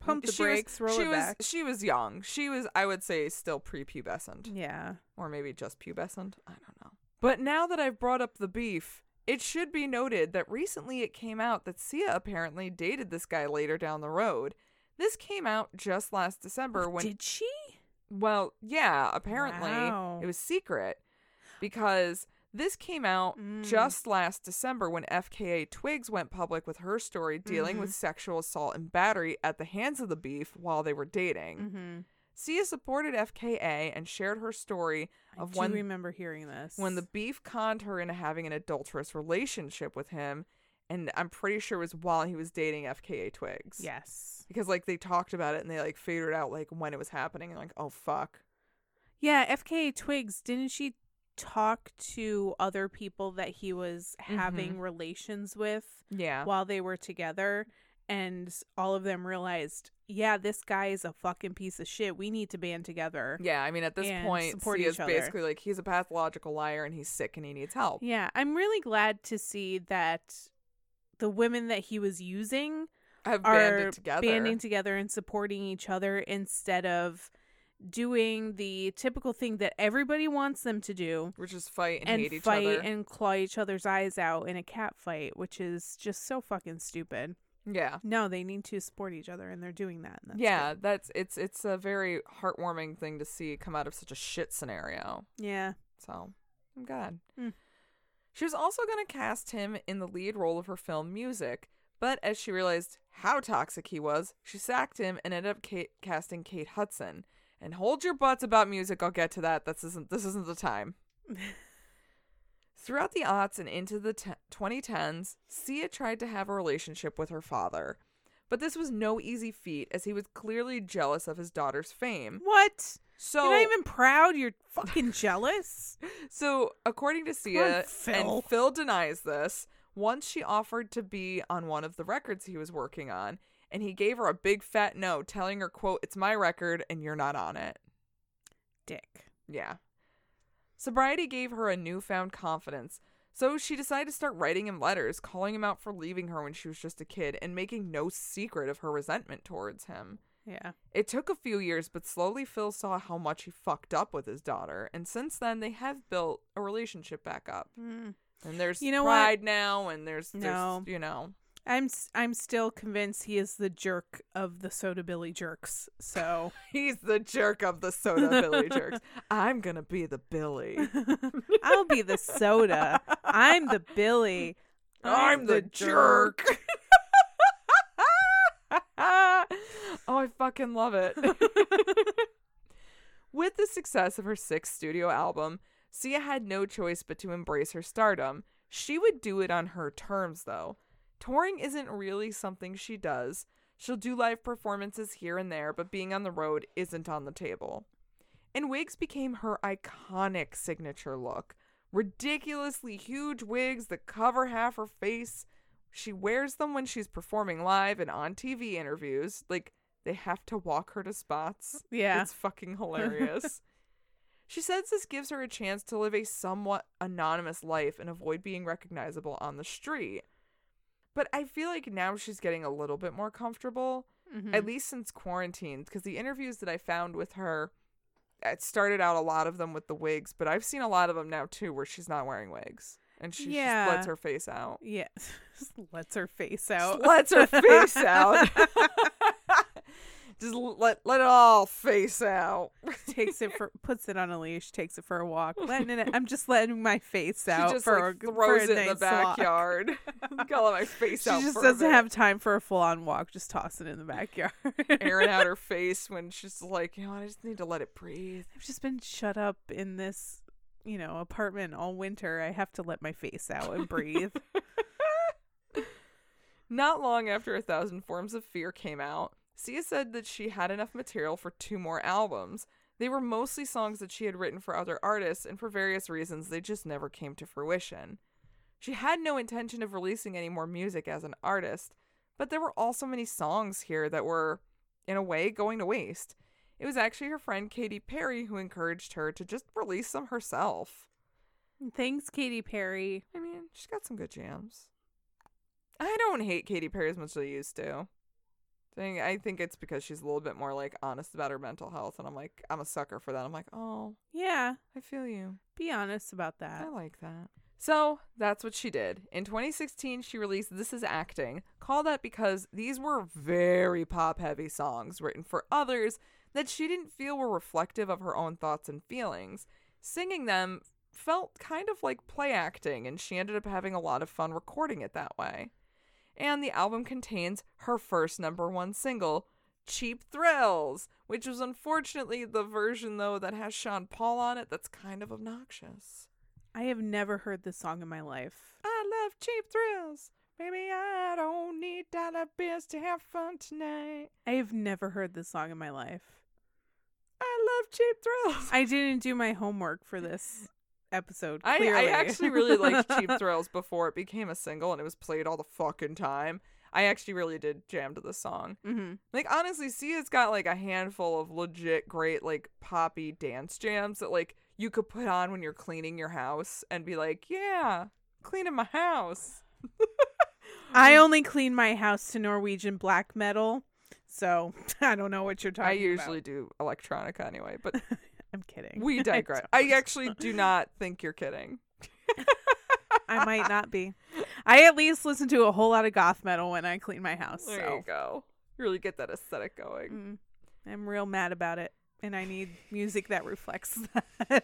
Speaker 2: Pump the
Speaker 1: She was-
Speaker 2: brakes, roll
Speaker 1: she
Speaker 2: it
Speaker 1: was,
Speaker 2: back.
Speaker 1: She was young. She was, I would say, still prepubescent.
Speaker 2: Yeah.
Speaker 1: or maybe just pubescent. I don't know. But now that I've brought up the beef, it should be noted that recently it came out that Sia apparently dated this guy later down the road. This came out just last December when,
Speaker 2: Did she?
Speaker 1: well, yeah, apparently
Speaker 2: Wow.
Speaker 1: it was secret. because this came out
Speaker 2: Mm.
Speaker 1: just last December when FKA Twigs went public with her story dealing
Speaker 2: Mm-hmm.
Speaker 1: with sexual assault and battery at the hands of the beef while they were dating.
Speaker 2: Mm-hmm.
Speaker 1: Sia supported FKA and shared her story
Speaker 2: I
Speaker 1: of
Speaker 2: do
Speaker 1: when
Speaker 2: remember hearing this.
Speaker 1: when the beef conned her into having an adulterous relationship with him, and I'm pretty sure it was while he was dating FKA Twigs.
Speaker 2: yes,
Speaker 1: Because like they talked about it and they like figured out like when it was happening and like, oh fuck.
Speaker 2: yeah, FKA Twigs didn't she talk to other people that he was having relations with
Speaker 1: Mm-hmm. Yeah.
Speaker 2: while they were together, and all of them realized, yeah, this guy is a fucking piece of shit. We need to band together.
Speaker 1: Yeah, I mean at this
Speaker 2: and
Speaker 1: point
Speaker 2: support
Speaker 1: Sia's
Speaker 2: each other.
Speaker 1: basically like he's a pathological liar and he's sick and he needs help.
Speaker 2: Yeah, I'm really glad to see that the women that he was using
Speaker 1: I've
Speaker 2: are
Speaker 1: banded together.
Speaker 2: banding together and supporting each other instead of doing the typical thing that everybody wants them to do
Speaker 1: which is fight and,
Speaker 2: and,
Speaker 1: hate
Speaker 2: fight
Speaker 1: each other.
Speaker 2: and claw each other's eyes out in a cat fight, which is just so fucking stupid.
Speaker 1: yeah.
Speaker 2: No, they need to support each other, and they're doing that. and that's
Speaker 1: yeah, that's it's it's a very heartwarming thing to see come out of such a shit scenario.
Speaker 2: good. yeah,
Speaker 1: So I'm glad.
Speaker 2: Hmm.
Speaker 1: She was also going to cast him in the lead role of her film Music, but as she realized how toxic he was, she sacked him and ended up ca- casting Kate Hudson. And hold your butts about music. I'll get to that. This isn't this isn't the time. Throughout the aughts and into the t- 2010s, Sia tried to have a relationship with her father, but this was no easy feat as he was clearly jealous of his daughter's fame.
Speaker 2: what?
Speaker 1: Mm. So
Speaker 2: you're not even proud. You're fucking jealous.
Speaker 1: So, according to
Speaker 2: on,
Speaker 1: Sia,
Speaker 2: Phil.
Speaker 1: and Phil denies this, once she offered to be on one of the records he was working on, and he gave her a big fat no, telling her, quote, it's my record and you're not on it.
Speaker 2: Dick.
Speaker 1: Yeah. Sobriety gave her a newfound confidence, so she decided to start writing him letters, calling him out for leaving her when she was just a kid, and making no secret of her resentment towards him.
Speaker 2: Yeah.
Speaker 1: It took a few years, but slowly Phil saw how much he fucked up with his daughter, and since then they have built a relationship back up.
Speaker 2: Mm.
Speaker 1: And there's
Speaker 2: You know what?
Speaker 1: pride now, and there's, there's
Speaker 2: No.
Speaker 1: you know,
Speaker 2: I'm s- I'm still convinced he is the jerk of the soda billy jerks. So
Speaker 1: he's the jerk of the soda Billy jerks. I'm gonna be the Billy.
Speaker 2: I'll be the soda. I'm the Billy.
Speaker 1: I'm the jerk. oh, I fucking love it. With the success of her sixth studio album, Sia had no choice but to embrace her stardom. She would do it on her terms, though. Touring isn't really something she does. She'll do live performances here and there, but being on the road isn't on the table. And wigs became her iconic signature look. Ridiculously huge wigs that cover half her face. She wears them when she's performing live and on TV interviews. Like, they have to walk her to spots.
Speaker 2: Yeah.
Speaker 1: It's fucking hilarious. she says this gives her a chance to live a somewhat anonymous life and avoid being recognizable on the street. But I feel like now she's getting a little bit more comfortable
Speaker 2: Mhm.
Speaker 1: at least since quarantine because the interviews that i found with her it started out a lot of them with the wigs but i've seen a lot of them now too where she's not wearing wigs and she just
Speaker 2: Yeah.
Speaker 1: lets her face out
Speaker 2: yeah. Just lets her face
Speaker 1: Just
Speaker 2: out.
Speaker 1: lets her face out just let let it all face out
Speaker 2: takes it for puts it on a leash. Takes it for a walk. Letting it. I'm just letting my face out
Speaker 1: she just
Speaker 2: for
Speaker 1: like,
Speaker 2: a, for
Speaker 1: throws
Speaker 2: a
Speaker 1: it in the
Speaker 2: nice walk.
Speaker 1: backyard gotta let my face
Speaker 2: She
Speaker 1: out
Speaker 2: just
Speaker 1: for a
Speaker 2: doesn't
Speaker 1: bit.
Speaker 2: have time for a full on walk. Just toss it in the backyard.
Speaker 1: airing out her face when she's like you know what, i just need to let it breathe
Speaker 2: I've just been shut up in this, you know, apartment all winter. I have to let my face out and breathe.
Speaker 1: Not long after A Thousand Forms of Fear came out, Sia said that she had enough material for two more albums. They were mostly songs that she had written for other artists, and for various reasons, they just never came to fruition. She had no intention of releasing any more music as an artist, but there were also many songs here that were, in a way, going to waste. It was actually her friend Katy Perry who encouraged her to just release them herself.
Speaker 2: Thanks, Katy Perry.
Speaker 1: I mean, she's got some good jams. I don't hate Katy Perry as much as I used to. Thing I think it's because she's a little bit more like honest about her mental health, and I'm like, I'm a sucker for that. I'm like, oh,
Speaker 2: Yeah,
Speaker 1: I feel you.
Speaker 2: be honest about that.
Speaker 1: I like that. So that's what she did. In 2016, she released This Is Acting. Call that because these were very pop heavy songs written for others that she didn't feel were reflective of her own thoughts and feelings. Singing them felt kind of like play acting, and she ended up having a lot of fun recording it that way. And the album contains her first number one single, Cheap Thrills, which was unfortunately the version, though, that has Sean Paul on it that's kind of obnoxious.
Speaker 2: I have never heard this song in my life.
Speaker 1: I love cheap thrills. Maybe I don't need dollar bills to have fun tonight.
Speaker 2: I have never heard this song in my life.
Speaker 1: I love cheap thrills.
Speaker 2: I didn't do my homework for this episode.
Speaker 1: I, I
Speaker 2: clearly.
Speaker 1: actually really liked Cheap Thrills before it became a single and it was played all the fucking time. I actually really did jam to this song.
Speaker 2: Mhm.
Speaker 1: Like honestly, Sia's got like a handful of legit great like poppy dance jams that like you could put on when you're cleaning your house and be like, yeah, cleaning my house.
Speaker 2: I only clean my house to Norwegian black metal, so I don't know what you're talking
Speaker 1: I
Speaker 2: about.
Speaker 1: usually do electronica anyway, but
Speaker 2: I'm kidding.
Speaker 1: we
Speaker 2: I
Speaker 1: digress.
Speaker 2: don't.
Speaker 1: I actually do not think you're kidding.
Speaker 2: I might not be. I at least listen to a whole lot of goth metal when I clean my house.
Speaker 1: There
Speaker 2: so
Speaker 1: you go. Really get that aesthetic going.
Speaker 2: Mm. I'm real mad about it, and I need music that reflects that.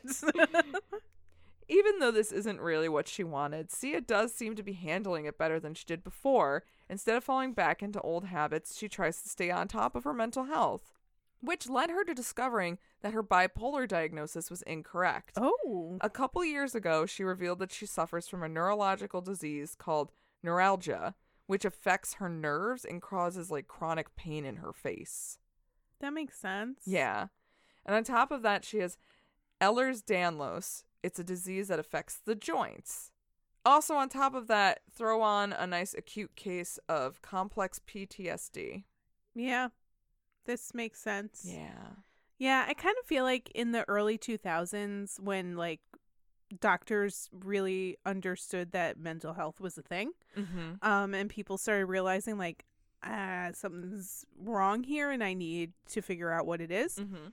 Speaker 1: Even though this isn't really what she wanted, Sia does seem to be handling it better than she did before. Instead of falling back into old habits, she tries to stay on top of her mental health, which led her to discovering that her bipolar diagnosis was incorrect.
Speaker 2: oh,
Speaker 1: A couple years ago, she revealed that she suffers from a neurological disease called neuralgia, which affects her nerves and causes like chronic pain in her face.
Speaker 2: that makes sense.
Speaker 1: Yeah. And on top of that, she has Ehlers Danlos. It's a disease that affects the joints. Also, on top of that, throw on a nice acute case of complex PTSD.
Speaker 2: yeah, this makes sense.
Speaker 1: Yeah.
Speaker 2: Yeah, I kind of feel like in the early 2000s when like doctors really understood that mental health was a thing,
Speaker 1: Mm-hmm.
Speaker 2: um and people started realizing like ah something's wrong here and I need to figure out what it is.
Speaker 1: Mm-hmm.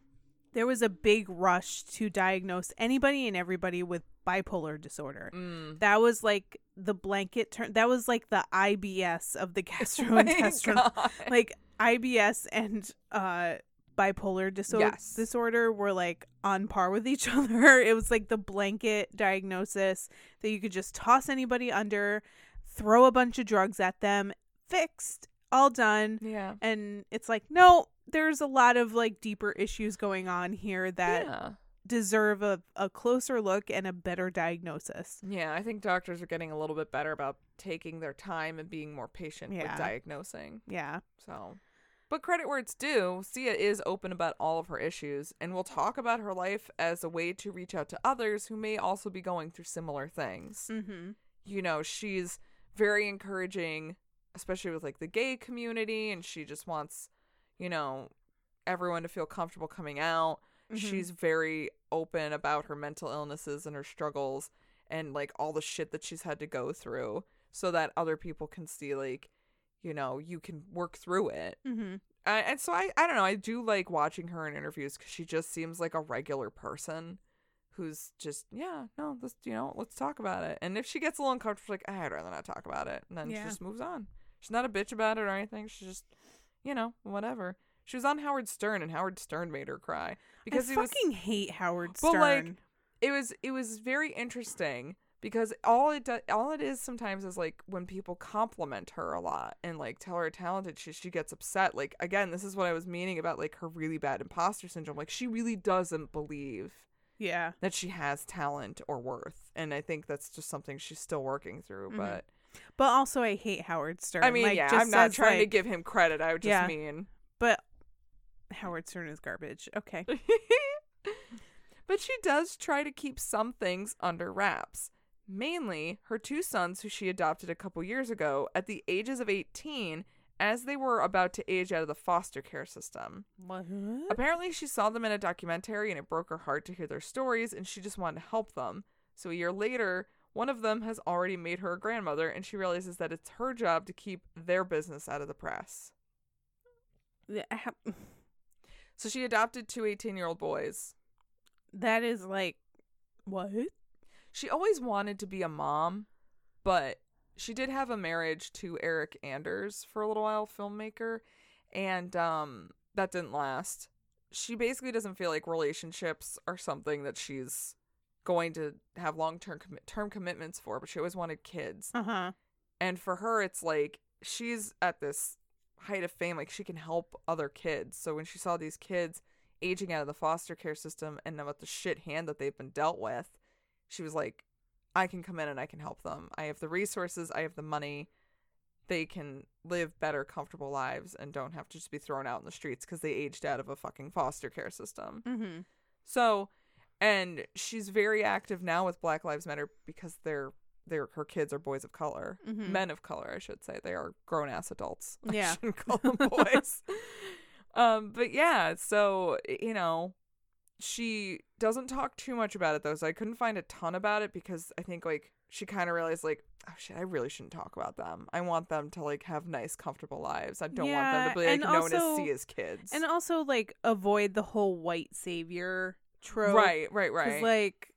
Speaker 2: There was a big rush to diagnose anybody and everybody with bipolar disorder.
Speaker 1: Mm.
Speaker 2: That was like the blanket term. That was like the IBS of the
Speaker 1: Oh My
Speaker 2: gastrointestinal
Speaker 1: God.
Speaker 2: like IBS and uh bipolar diso-
Speaker 1: Yes.
Speaker 2: disorder were like on par with each other. It was like the blanket diagnosis that you could just toss anybody under, throw a bunch of drugs at them, fixed, all done.
Speaker 1: yeah.
Speaker 2: And it's like, no, there's a lot of like deeper issues going on here that
Speaker 1: yeah.
Speaker 2: deserve a, a closer look and a better diagnosis.
Speaker 1: Yeah, I think doctors are getting a little bit better about taking their time and being more patient
Speaker 2: Yeah.
Speaker 1: with diagnosing.
Speaker 2: Yeah.
Speaker 1: So, but credit where it's due, Sia is open about all of her issues and will talk about her life as a way to reach out to others who may also be going through similar things.
Speaker 2: Mm-hmm.
Speaker 1: You know, she's very encouraging, especially with like the gay community, and she just wants, you know, everyone to feel comfortable coming out she's very open about her mental illnesses and her struggles and like all the shit that she's had to go through so that other people can see like you know you can work through it
Speaker 2: Mm-hmm.
Speaker 1: I, and so I, I don't know i do like watching her in interviews because she just seems like a regular person who's just yeah no this you know let's talk about it and if she gets a little uncomfortable she's like "Ah, i'd rather not talk about it and then
Speaker 2: Yeah.
Speaker 1: she just moves on she's not a bitch about it or anything she's just you know whatever she was on howard stern and howard stern made her cry because
Speaker 2: I
Speaker 1: he was
Speaker 2: fucking hate Howard
Speaker 1: But,
Speaker 2: Stern.
Speaker 1: like, it was it was very interesting because all it do- all it is sometimes is like when people compliment her a lot and like tell her how talented she she gets upset like again this is what I was meaning about like her really bad imposter syndrome like she really doesn't believe
Speaker 2: yeah.
Speaker 1: that she has talent or worth and I think that's just something she's still working through
Speaker 2: Mhm.
Speaker 1: but
Speaker 2: But also, I hate Howard Stern.
Speaker 1: I mean
Speaker 2: like,
Speaker 1: yeah
Speaker 2: just
Speaker 1: I'm not
Speaker 2: as,
Speaker 1: trying to
Speaker 2: like-
Speaker 1: give him credit I would just
Speaker 2: Yeah.
Speaker 1: mean
Speaker 2: But Howard Stern is garbage. Okay.
Speaker 1: but she does try to keep some things under wraps. Mainly her two sons, who she adopted a couple years ago, at the ages of 18, as they were about to age out of the foster care system.
Speaker 2: What?
Speaker 1: Apparently, she saw them in a documentary and it broke her heart to hear their stories, and she just wanted to help them. So, a year later, one of them has already made her a grandmother, and she realizes that it's her job to keep their business out of the press.
Speaker 2: uh,
Speaker 1: So, she adopted two 18 year old boys.
Speaker 2: That is like what?
Speaker 1: She always wanted to be a mom, but she did have a marriage to Eric Anders for a little while, filmmaker, and um that didn't last. She basically doesn't feel like relationships are something that she's going to have long term commi- term commitments for, but she always wanted kids.
Speaker 2: Uh huh.
Speaker 1: And for her, it's like she's at this height of fame, like she can help other kids. So when she saw these kids aging out of the foster care system and about the shit hand that they've been dealt with, she was like, I can come in and I can help them. I have the resources, I have the money. They can live better, comfortable lives and don't have to just be thrown out in the streets because they aged out of a fucking foster care system.
Speaker 2: Mm-hmm.
Speaker 1: So, and she's very active now with Black Lives Matter because they're they're her kids are boys of color,
Speaker 2: Mhm.
Speaker 1: men of color, I should say. They are grown ass adults. I
Speaker 2: Yeah.
Speaker 1: shouldn't call them boys. um, but yeah, so y- you know, she doesn't talk too much about it though, so I couldn't find a ton about it because I think like she kind of realized like oh shit I really shouldn't talk about them. I want them to like have nice comfortable lives. I don't
Speaker 2: Yeah,
Speaker 1: want them to be like
Speaker 2: and
Speaker 1: known as
Speaker 2: also-
Speaker 1: see as kids.
Speaker 2: And also, like, avoid the whole white savior trope.
Speaker 1: right, right,
Speaker 2: 'Cause,
Speaker 1: right.
Speaker 2: Like,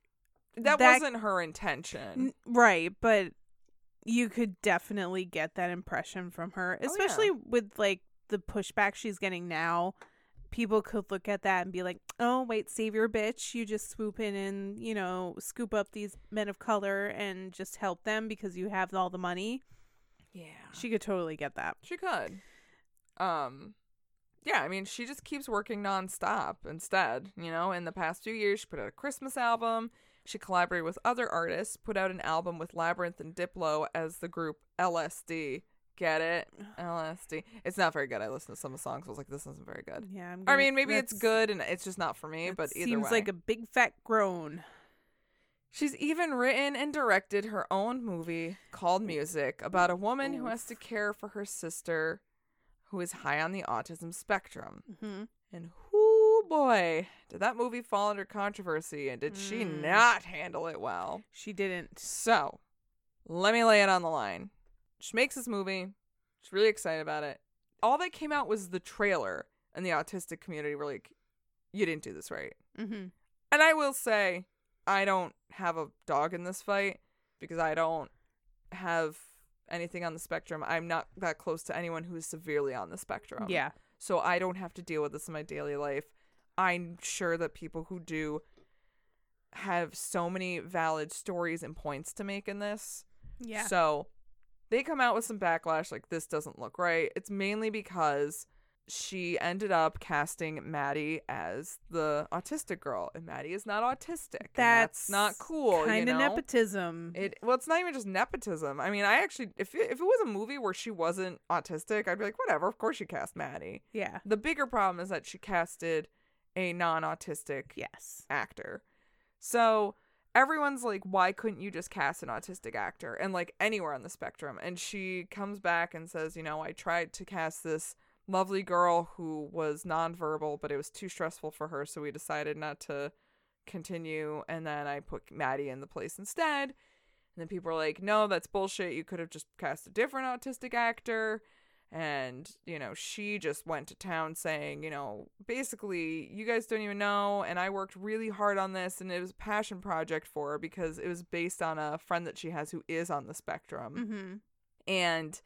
Speaker 1: that,
Speaker 2: that-
Speaker 1: wasn't her intention.
Speaker 2: N- right, but you could definitely get that impression from her,
Speaker 1: Oh, yeah.
Speaker 2: especially with like the pushback she's getting now. People could look at that and be like, "Oh, wait, savior bitch, you just swoop in and, you know, scoop up these men of color and just help them because you have all the money."
Speaker 1: yeah,
Speaker 2: She could totally get that.
Speaker 1: she could. Um, yeah, I mean, she just keeps working nonstop. Instead, you know, in the past few years, she put out a Christmas album. She collaborated with other artists, put out an album with Labyrinth and Diplo as the group LSD. Get it? LSD. It's not very good. I listened to some of the songs. I was like, this isn't very good.
Speaker 2: Yeah, I'm
Speaker 1: I
Speaker 2: gonna-
Speaker 1: mean, maybe it's
Speaker 2: that's-
Speaker 1: good and it's just not for me,
Speaker 2: that
Speaker 1: but either
Speaker 2: seems
Speaker 1: way.
Speaker 2: like a big fat groan.
Speaker 1: She's even written and directed her own movie called Music about a woman who has to care for her sister who is high on the autism spectrum.
Speaker 2: hmm
Speaker 1: And whoo boy, did that movie fall under controversy and did she
Speaker 2: Mm.
Speaker 1: not handle it well?
Speaker 2: She didn't.
Speaker 1: So, let me lay it on the line. She makes this movie. She's really excited about it. All that came out was the trailer, and the autistic community were like, You didn't do this right.
Speaker 2: hmm
Speaker 1: And I will say, I don't have a dog in this fight because I don't have anything on the spectrum. I'm not that close to anyone who is severely on the spectrum.
Speaker 2: Yeah.
Speaker 1: So I don't have to deal with this in my daily life. I'm sure that people who do have so many valid stories and points to make in this.
Speaker 2: Yeah.
Speaker 1: So they come out with some backlash like this doesn't look right. It's mainly because she ended up casting Maddie as the autistic girl and Maddie is not autistic. and that's not cool, you
Speaker 2: Kind of
Speaker 1: know?
Speaker 2: nepotism.
Speaker 1: It well, it's not even just nepotism. I mean, I actually if it, if it was a movie where she wasn't autistic, I'd be like, whatever. Of course, she cast Maddie.
Speaker 2: yeah.
Speaker 1: The bigger problem is that she casted a non-autistic
Speaker 2: Yes.
Speaker 1: actor. So everyone's like, why couldn't you just cast an autistic actor? And like anywhere on the spectrum. And she comes back and says, you know, I tried to cast this lovely girl who was nonverbal, but it was too stressful for her. So we decided not to continue. And then I put Maddie in the place instead. And then people are like, no, that's bullshit. You could have just cast a different autistic actor. And, you know, she just went to town saying, you know, basically, you guys don't even know. And I worked really hard on this. And it was a passion project for her because it was based on a friend that she has who is on the spectrum
Speaker 2: Mm-hmm.
Speaker 1: and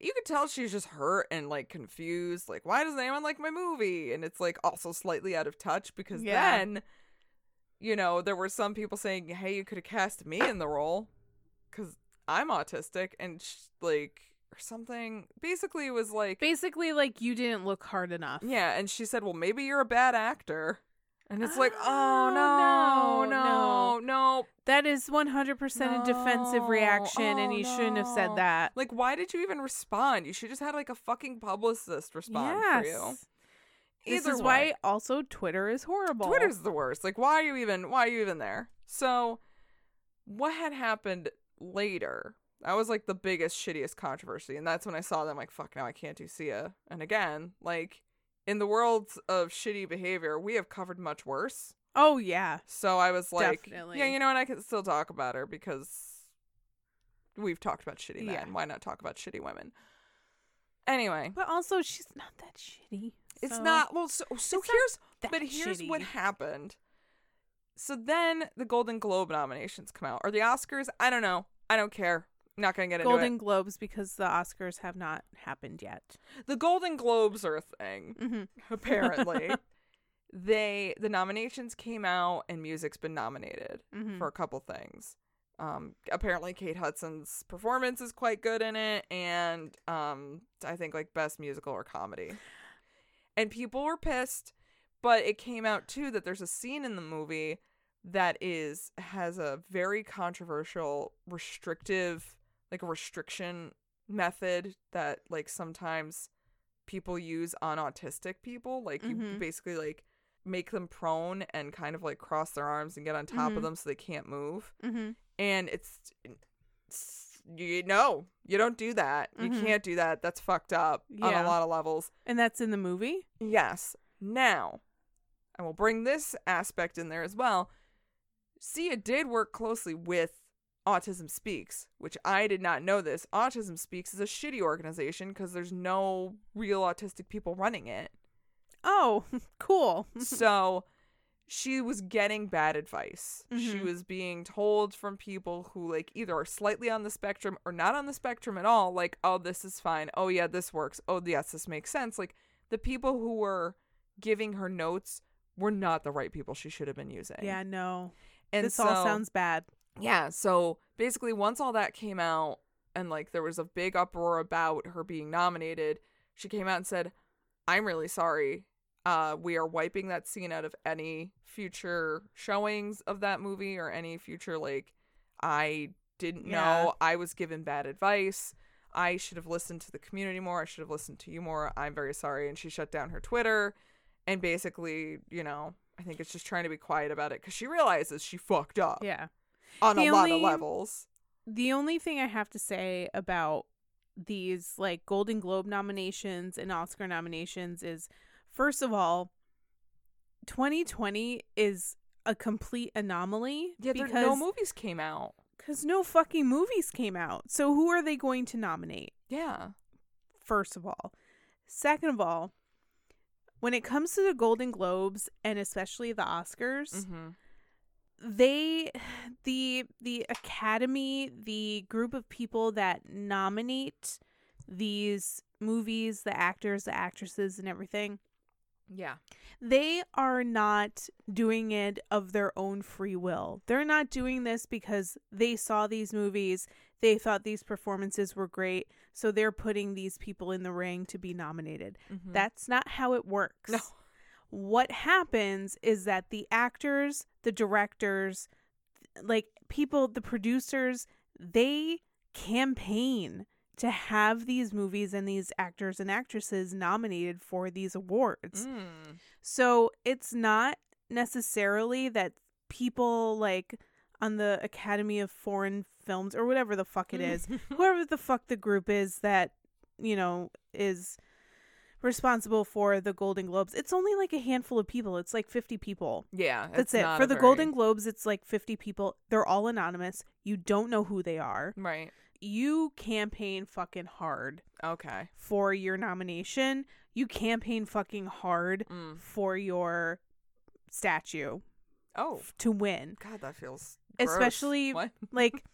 Speaker 1: you could tell she's just hurt and like confused like why doesn't anyone like my movie and it's like also slightly out of touch because
Speaker 2: Yeah.
Speaker 1: then you know there were some people saying hey you could have cast me in the role because i'm autistic and sh- like or something basically it was like
Speaker 2: basically like you didn't look hard enough.
Speaker 1: yeah and she said well maybe you're a bad actor and it's like oh
Speaker 2: Oh,
Speaker 1: no no
Speaker 2: no,
Speaker 1: no,
Speaker 2: That is 100% a defensive
Speaker 1: No.
Speaker 2: reaction and
Speaker 1: Oh,
Speaker 2: you shouldn't have said
Speaker 1: no.
Speaker 2: that.
Speaker 1: like why did you even respond you should just had like a fucking publicist respond for you
Speaker 2: This
Speaker 1: Either
Speaker 2: is
Speaker 1: way.
Speaker 2: why also Twitter is horrible.
Speaker 1: Twitter's the worst. Like, why are you even? Why are you even there? So, what had happened later? That was like the biggest, shittiest controversy, and that's when I saw them. Like, fuck, now I can't do Sia. And again, like in the world of shitty behavior, we have covered much worse.
Speaker 2: Oh yeah.
Speaker 1: So I was like,
Speaker 2: Definitely.
Speaker 1: yeah, you know what? I can still talk about her because we've talked about shitty men.
Speaker 2: Yeah.
Speaker 1: Why not talk about shitty women? Anyway,
Speaker 2: But also she's not that shitty.
Speaker 1: it's
Speaker 2: so-
Speaker 1: not well. So, so
Speaker 2: It's not
Speaker 1: here's
Speaker 2: that
Speaker 1: but here's what
Speaker 2: shitty.
Speaker 1: happened. So then the Golden Globe nominations come out, or the Oscars. I don't know. I don't care. not gonna get into
Speaker 2: Golden Globes because the Oscars have not happened yet.
Speaker 1: it. The Golden Globes are a thing,
Speaker 2: Mhm.
Speaker 1: apparently. they the nominations came out and music's been nominated
Speaker 2: Mhm.
Speaker 1: for a couple things. Um, apparently Kate Hudson's performance is quite good in it, and um, I think like best musical or comedy. And people were pissed, but it came out too that there's a scene in the movie that is has a very controversial, restrictive, like a restriction method that like sometimes people use on autistic people. Like you
Speaker 2: Mhm.
Speaker 1: basically like make them prone and kind of like cross their arms and get on top
Speaker 2: Mhm.
Speaker 1: of them so they can't move.
Speaker 2: Mm-hmm.
Speaker 1: And it's, it's- you know, you don't do that. You
Speaker 2: Mhm.
Speaker 1: can't do that. That's fucked up on a
Speaker 2: Yeah.
Speaker 1: lot of levels.
Speaker 2: And that's in the movie?
Speaker 1: Yes. Now, I will bring this aspect in there as well. Sia did work closely with Autism Speaks, which I did not know this. Autism Speaks is a shitty organization because there's no real autistic people running it.
Speaker 2: Oh, cool.
Speaker 1: so she was getting bad advice. She
Speaker 2: Mhm.
Speaker 1: was being told from people who like either are slightly on the spectrum or not on the spectrum at all like oh this is fine. Oh yeah, this works. Oh yes, this makes sense. Like the people who were giving her notes were not the right people she should have been using.
Speaker 2: Yeah, no.
Speaker 1: And
Speaker 2: this all
Speaker 1: so-
Speaker 2: sounds bad.
Speaker 1: yeah, so basically once all that came out and like there was a big uproar about her being nominated, she came out and said, "I'm really sorry. Uh we are wiping that scene out of any future showings of that movie or any future like I didn't
Speaker 2: Yeah.
Speaker 1: know. I was given bad advice. I should have listened to the community more. I should have listened to you more. I'm very sorry." And she shut down her Twitter and basically, you know, I think it's just trying to be quiet about it cuz she realizes she fucked up
Speaker 2: Yeah.
Speaker 1: on
Speaker 2: The
Speaker 1: a lot of
Speaker 2: only-
Speaker 1: levels.
Speaker 2: The only thing I have to say about these like Golden Globe nominations and Oscar nominations is first of all, 2020 is a complete anomaly
Speaker 1: Yeah, there,
Speaker 2: because
Speaker 1: no movies came out.
Speaker 2: cause no fucking movies came out. So who are they going to nominate?
Speaker 1: Yeah.
Speaker 2: first of all. Second of all, when it comes to the Golden Globes and especially the Oscars,
Speaker 1: Mm-hmm.
Speaker 2: they the the academy, the group of people that nominate these movies, the actors, the actresses and everything,
Speaker 1: Yeah.
Speaker 2: they are not doing it of their own free will. They're not doing this because they saw these movies, they thought these performances were great, so they're putting these people in the ring to be nominated. That's not how it works.
Speaker 1: Mm-hmm. No.
Speaker 2: What happens is that the actors, the directors, like people, the producers, they campaign to have these movies and these actors and actresses nominated for these awards.
Speaker 1: Mm.
Speaker 2: So it's not necessarily that people like on the Academy of Foreign Films or whatever the fuck
Speaker 1: Mm-hmm.
Speaker 2: it is, whoever the fuck the group is that, you know, is responsible for the Golden Globes. It's only like a handful of people. It's like 50 people.
Speaker 1: Yeah.
Speaker 2: That's
Speaker 1: it's
Speaker 2: it.
Speaker 1: not
Speaker 2: For
Speaker 1: a
Speaker 2: the
Speaker 1: very-
Speaker 2: Golden Globes, it's like 50 people. They're all anonymous. You don't know who they are.
Speaker 1: Right.
Speaker 2: You campaign fucking hard
Speaker 1: Okay.
Speaker 2: for your nomination. You campaign fucking hard
Speaker 1: Mm.
Speaker 2: for your statue
Speaker 1: Oh.
Speaker 2: f- to win.
Speaker 1: God, that feels. gross.
Speaker 2: Especially
Speaker 1: What?
Speaker 2: like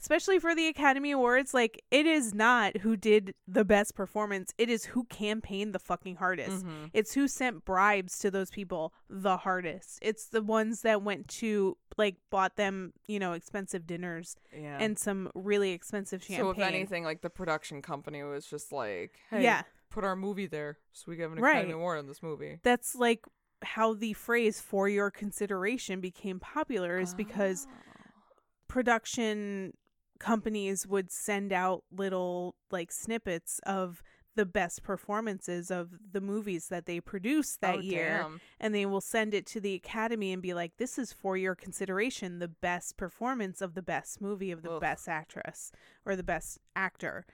Speaker 2: especially for the Academy Awards, like it is not who did the best performance, it is who campaigned the fucking hardest.
Speaker 1: Mhm.
Speaker 2: It's who sent bribes to those people the hardest. It's the ones that went to like bought them, you know, expensive dinners
Speaker 1: Yeah.
Speaker 2: and some really expensive champagne.
Speaker 1: so, if anything, like the production company was just like, "Hey,
Speaker 2: yeah,
Speaker 1: put our movie there, so we get an
Speaker 2: Right.
Speaker 1: Academy Award on this movie."
Speaker 2: that's like how the phrase for your consideration became popular is because
Speaker 1: Ah.
Speaker 2: production companies would send out little like snippets of the best performances of the movies that they produced that
Speaker 1: Oh,
Speaker 2: year
Speaker 1: damn.
Speaker 2: and they will send it to the academy and be like this is for your consideration the best performance of the best movie of the
Speaker 1: Ugh.
Speaker 2: best actress or the best actor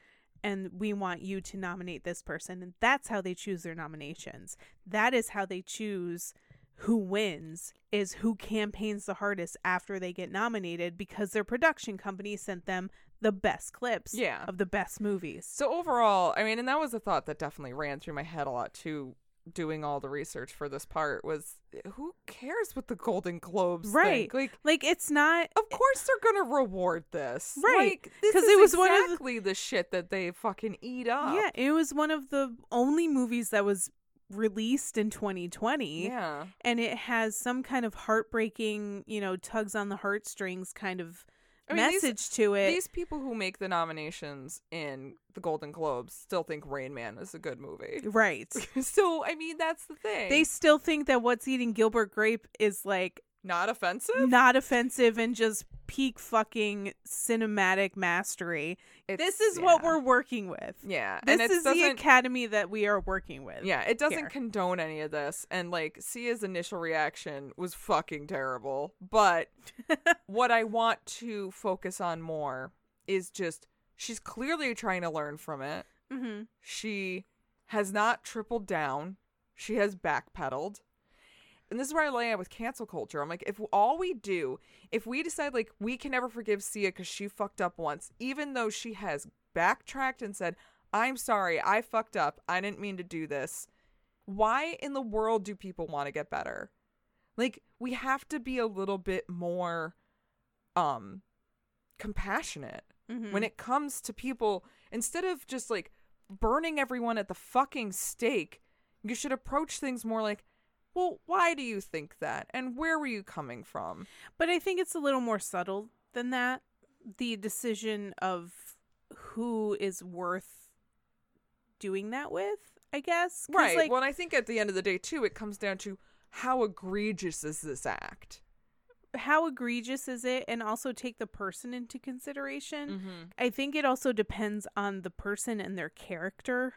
Speaker 2: and we want you to nominate this person and that's how they choose their nominations that is how they choose who wins is who campaigns the hardest after they get nominated because their production company sent them the best clips
Speaker 1: Yeah.
Speaker 2: of the best movies
Speaker 1: So overall, I mean, and that was a thought that definitely ran through my head a lot too. Doing all the research for this part was eh, who cares what the Golden Globes
Speaker 2: Right.
Speaker 1: think? Like,
Speaker 2: like it's not
Speaker 1: of course they're gonna reward this,
Speaker 2: Right.
Speaker 1: Like, this
Speaker 2: 'Cause
Speaker 1: is
Speaker 2: it was one of the-
Speaker 1: exactly the shit that they fucking eat up.
Speaker 2: Yeah, it was one of the only movies that was released in 2020
Speaker 1: Yeah.
Speaker 2: and it has some kind of heartbreaking, you know, tugs on the heartstrings kind of
Speaker 1: I mean, these-
Speaker 2: message to it.
Speaker 1: These people who make the nominations in the Golden Globes still think Rain Man is a good movie.
Speaker 2: right.
Speaker 1: so I mean, that's the thing.
Speaker 2: They still think that what's eating Gilbert Grape is like
Speaker 1: not offensive.
Speaker 2: not offensive and just peak fucking cinematic mastery.
Speaker 1: It's-
Speaker 2: this is what
Speaker 1: yeah.
Speaker 2: we're working with.
Speaker 1: Yeah,
Speaker 2: This
Speaker 1: and it
Speaker 2: is the
Speaker 1: doesn't.
Speaker 2: academy that we are working with.
Speaker 1: yeah, it doesn't
Speaker 2: here.
Speaker 1: condone any of this. And like, Sia's initial reaction was fucking terrible. But what I want to focus on more is just she's clearly trying to learn from it.
Speaker 2: hmm
Speaker 1: She has not tripled down. She has backpedaled. And this is where I lay out with cancel culture. I'm like, if all we do, if we decide like we can never forgive Sia because she fucked up once, even though she has backtracked and said, I'm sorry, I fucked up. I didn't mean to do this. Why in the world do people want to get better? Like, we have to be a little bit more um compassionate
Speaker 2: hmm
Speaker 1: when it comes to people instead of just like burning everyone at the fucking stake you should approach things more like well why do you think that and where were you coming from
Speaker 2: But I think it's a little more subtle than that. The decision of who is worth doing that with, I guess. 'Cause,
Speaker 1: right
Speaker 2: Like,
Speaker 1: well and i think at the end of the day too it comes down to how egregious is this act
Speaker 2: how egregious is it? And also take the person into consideration.
Speaker 1: Mm-hmm.
Speaker 2: I think it also depends on the person and their character.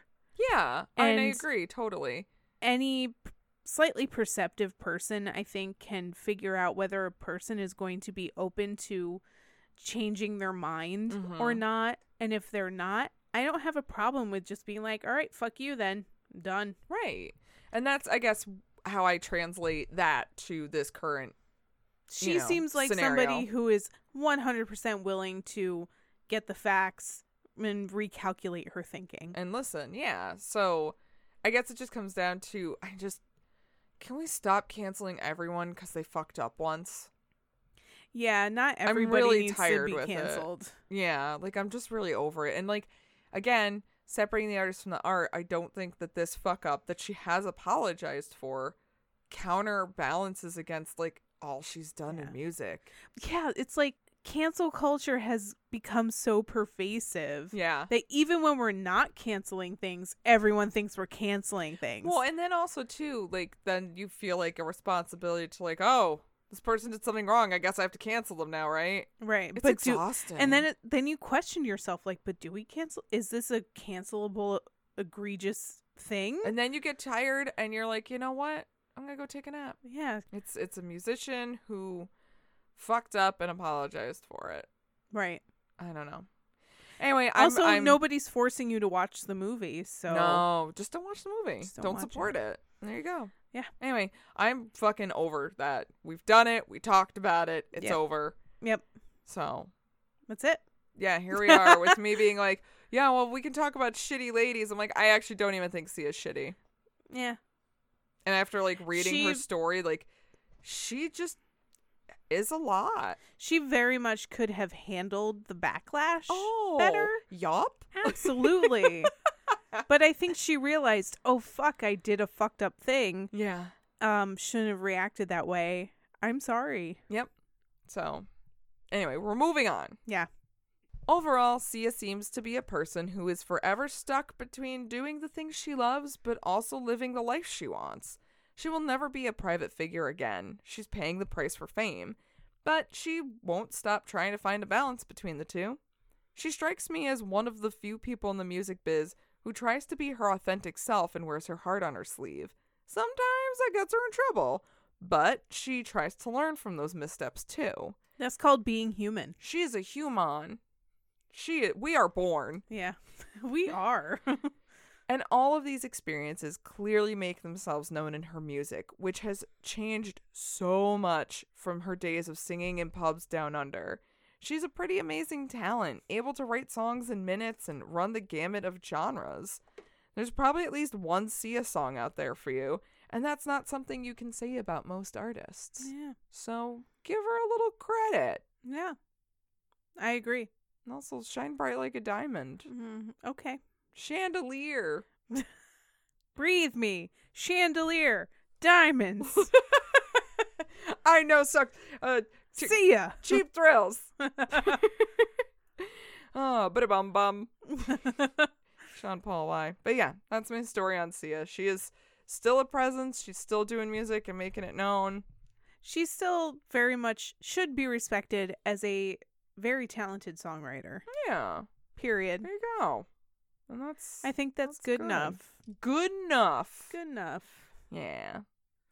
Speaker 1: yeah and i
Speaker 2: And-
Speaker 1: agree totally
Speaker 2: Any p- slightly perceptive person, I think, can figure out whether a person is going to be open to changing their mind or
Speaker 1: Mhm.
Speaker 2: not. And if they're not, I don't have a problem with just being like, all right, fuck you then. Done.
Speaker 1: right and that's i guess how i translate that to this current
Speaker 2: She
Speaker 1: know,
Speaker 2: seems like somebody
Speaker 1: scenario.
Speaker 2: who is 100% willing to get the facts and recalculate her thinking.
Speaker 1: and listen yeah so i guess it just comes down to i just can we stop canceling everyone because they fucked up once
Speaker 2: Yeah, not everybody
Speaker 1: really
Speaker 2: needs
Speaker 1: tired
Speaker 2: to be
Speaker 1: with it.
Speaker 2: canceled.
Speaker 1: yeah like i'm just really over it and like again separating the artist from the art i don't think that this fuck up that she has apologized for counterbalances against like all she's done
Speaker 2: Yeah.
Speaker 1: in music
Speaker 2: yeah, it's like cancel culture has become so pervasive
Speaker 1: yeah
Speaker 2: that even when we're not canceling things, everyone thinks we're canceling things.
Speaker 1: well and then also too like then you feel like a responsibility to like oh this person did something wrong i guess i have to cancel them now right
Speaker 2: right,
Speaker 1: it's
Speaker 2: but
Speaker 1: exhausting
Speaker 2: do and then it, then you question yourself like, but do we cancel? Is this a cancelable egregious thing?
Speaker 1: and then you get tired and you're like you know what i'm gonna go take a nap
Speaker 2: yeah,
Speaker 1: it's it's a musician who fucked up and apologized for it
Speaker 2: right.
Speaker 1: i don't know anyway I'm-
Speaker 2: also,
Speaker 1: I'm,
Speaker 2: nobody's forcing you to watch the movie, so
Speaker 1: no just don't watch the movie
Speaker 2: Just
Speaker 1: don't,
Speaker 2: don't watch
Speaker 1: support it. there you go
Speaker 2: Yeah.
Speaker 1: anyway i'm fucking over that we've done it we talked about it it's
Speaker 2: Yep.
Speaker 1: over
Speaker 2: Yep.
Speaker 1: so
Speaker 2: that's it.
Speaker 1: yeah here we are with me being like yeah well we can talk about shitty ladies i'm like i actually don't even think sia's shitty
Speaker 2: Yeah,
Speaker 1: and after like reading her
Speaker 2: She-
Speaker 1: story like she just is a lot
Speaker 2: she very much could have handled the backlash
Speaker 1: oh
Speaker 2: better.
Speaker 1: yup
Speaker 2: Absolutely. but I think she realized, oh fuck, I did a fucked up thing.
Speaker 1: yeah
Speaker 2: Um, shouldn't have reacted that way. I'm sorry.
Speaker 1: yep so anyway we're moving on
Speaker 2: Yeah.
Speaker 1: overall sia seems to be a person who is forever stuck between doing the things she loves but also living the life she wants she will never be a private figure again she's paying the price for fame but she won't stop trying to find a balance between the two She strikes me as one of the few people in the music biz who tries to be her authentic self and wears her heart on her sleeve. Sometimes that gets her in trouble, but she tries to learn from those missteps too.
Speaker 2: That's called being human.
Speaker 1: She is a human. She we are born,
Speaker 2: Yeah. we are.
Speaker 1: and all of these experiences clearly make themselves known in her music, which has changed so much from her days of singing in pubs down under. She's a pretty amazing talent, able to write songs in minutes and run the gamut of genres. There's probably at least one Sia song out there for you, and that's not something you can say about most artists.
Speaker 2: yeah.
Speaker 1: So give her a little credit.
Speaker 2: Yeah. I agree. Mm-hmm.
Speaker 1: And also shine bright like a diamond.
Speaker 2: Mm, okay.
Speaker 1: Chandelier.
Speaker 2: Breathe Me, Chandelier, Diamonds,
Speaker 1: I know suck uh Che-
Speaker 2: See Ya.
Speaker 1: cheap thrills. oh, but a bum bum. Sean Paul why? But yeah, that's my story on Sia. She is still a presence. She's still doing music and making it known.
Speaker 2: she still very much should be respected as a very talented songwriter.
Speaker 1: Yeah.
Speaker 2: Period.
Speaker 1: There you go. And that's
Speaker 2: I think that's,
Speaker 1: That's
Speaker 2: good,
Speaker 1: good.
Speaker 2: enough.
Speaker 1: good enough.
Speaker 2: Good enough.
Speaker 1: Yeah.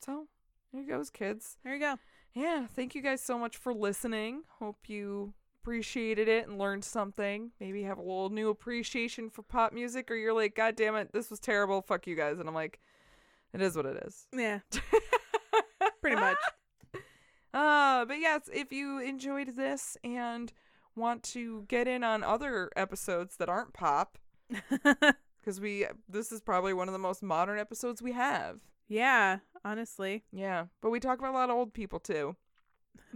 Speaker 1: So there you goes, kids.
Speaker 2: There you go.
Speaker 1: Yeah. Thank you guys so much for listening. Hope you appreciated it and learned something. Maybe have a little new appreciation for pop music, or you're like, God damn it, this was terrible. Fuck you guys. And I'm like, it is what it is.
Speaker 2: Yeah. Pretty much.
Speaker 1: Uh, but yes, if you enjoyed this and want to get in on other episodes that aren't pop, because we this is probably one of the most modern episodes we have.
Speaker 2: yeah, honestly.
Speaker 1: Yeah, but we talk about a lot of old people too.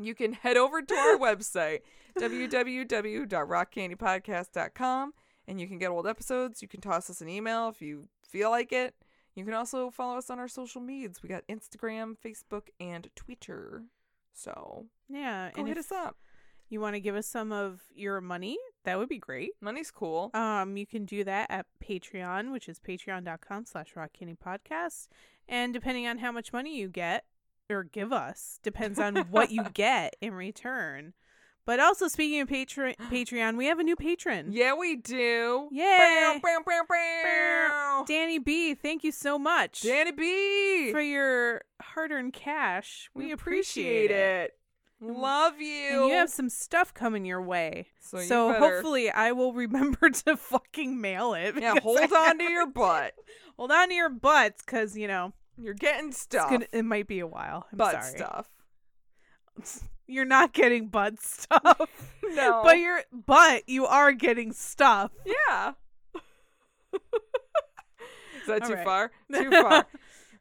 Speaker 1: You can head over to our website, www.rockcandypodcast.com, and you can get old episodes. You can toss us an email if you feel like it. You can also follow us on our social medias. We got Instagram, Facebook, and Twitter. So
Speaker 2: Yeah.
Speaker 1: go
Speaker 2: and
Speaker 1: hit us
Speaker 2: if
Speaker 1: up.
Speaker 2: you want to give us some of your money, that would be great.
Speaker 1: Money's cool.
Speaker 2: Um, you can do that at Patreon, which is patreon.com slash rockcandy podcast. And depending on how much money you get or give us, depends on what you get in return. But also speaking of Patre- Patreon, we have a new patron.
Speaker 1: Yeah, we do.
Speaker 2: Yay.
Speaker 1: Bow, bow, bow, bow.
Speaker 2: Danny B, thank you so much
Speaker 1: Danny B.
Speaker 2: for your hard earned cash. We, appreciate, it.
Speaker 1: Love you.
Speaker 2: And you have some stuff coming your way.
Speaker 1: so,
Speaker 2: So,
Speaker 1: you better-
Speaker 2: hopefully I will remember to fucking mail it.
Speaker 1: Yeah,
Speaker 2: because
Speaker 1: hold
Speaker 2: I
Speaker 1: on to your butt.
Speaker 2: Hold on to your butts, cause you know
Speaker 1: You're getting
Speaker 2: it's
Speaker 1: stuff.
Speaker 2: gonna, it might be a while. I'm
Speaker 1: butt
Speaker 2: sorry.
Speaker 1: stuff.
Speaker 2: You're not getting butt stuff,
Speaker 1: No.
Speaker 2: but you're but you are getting stuff.
Speaker 1: Oh. yeah. Is that
Speaker 2: All
Speaker 1: too
Speaker 2: right.
Speaker 1: far? Too far.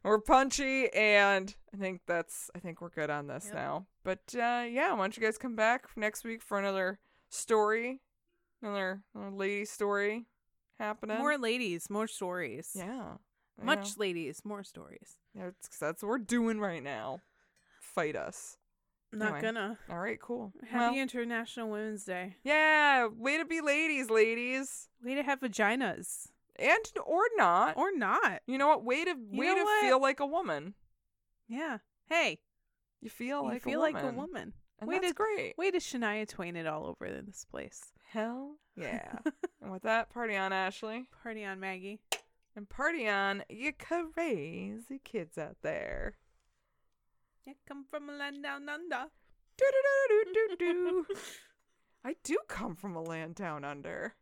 Speaker 1: We're punchy, and I think that's. I think we're good on this
Speaker 2: Yep.
Speaker 1: now. But uh, yeah, why don't you guys come back next week for another story, another, another lady story happening?
Speaker 2: More ladies, more stories.
Speaker 1: yeah, I
Speaker 2: much
Speaker 1: know.
Speaker 2: ladies, more stories.
Speaker 1: Yeah, it's- 'cause that's what we're doing right now. Fight us.
Speaker 2: Not
Speaker 1: Anyway.
Speaker 2: gonna.
Speaker 1: All right, cool.
Speaker 2: Happy
Speaker 1: Well,
Speaker 2: International Women's Day.
Speaker 1: yeah, way to be ladies, ladies.
Speaker 2: Way to have vaginas
Speaker 1: and or not.
Speaker 2: or not.
Speaker 1: you know what? Way to
Speaker 2: You
Speaker 1: way
Speaker 2: know
Speaker 1: to
Speaker 2: what?
Speaker 1: feel like a woman.
Speaker 2: Yeah. Hey,
Speaker 1: You feel
Speaker 2: you
Speaker 1: like
Speaker 2: feel
Speaker 1: a woman.
Speaker 2: like a woman.
Speaker 1: And
Speaker 2: Way
Speaker 1: that's
Speaker 2: to-
Speaker 1: great.
Speaker 2: Way to Shania Twain it all over in this place.
Speaker 1: Hell yeah! and with that, party on, Ashley,
Speaker 2: Party on, Maggie.
Speaker 1: and party on, you crazy kids out there.
Speaker 2: I come from a land down under.
Speaker 1: Do do do do do do. I do come from a land down under.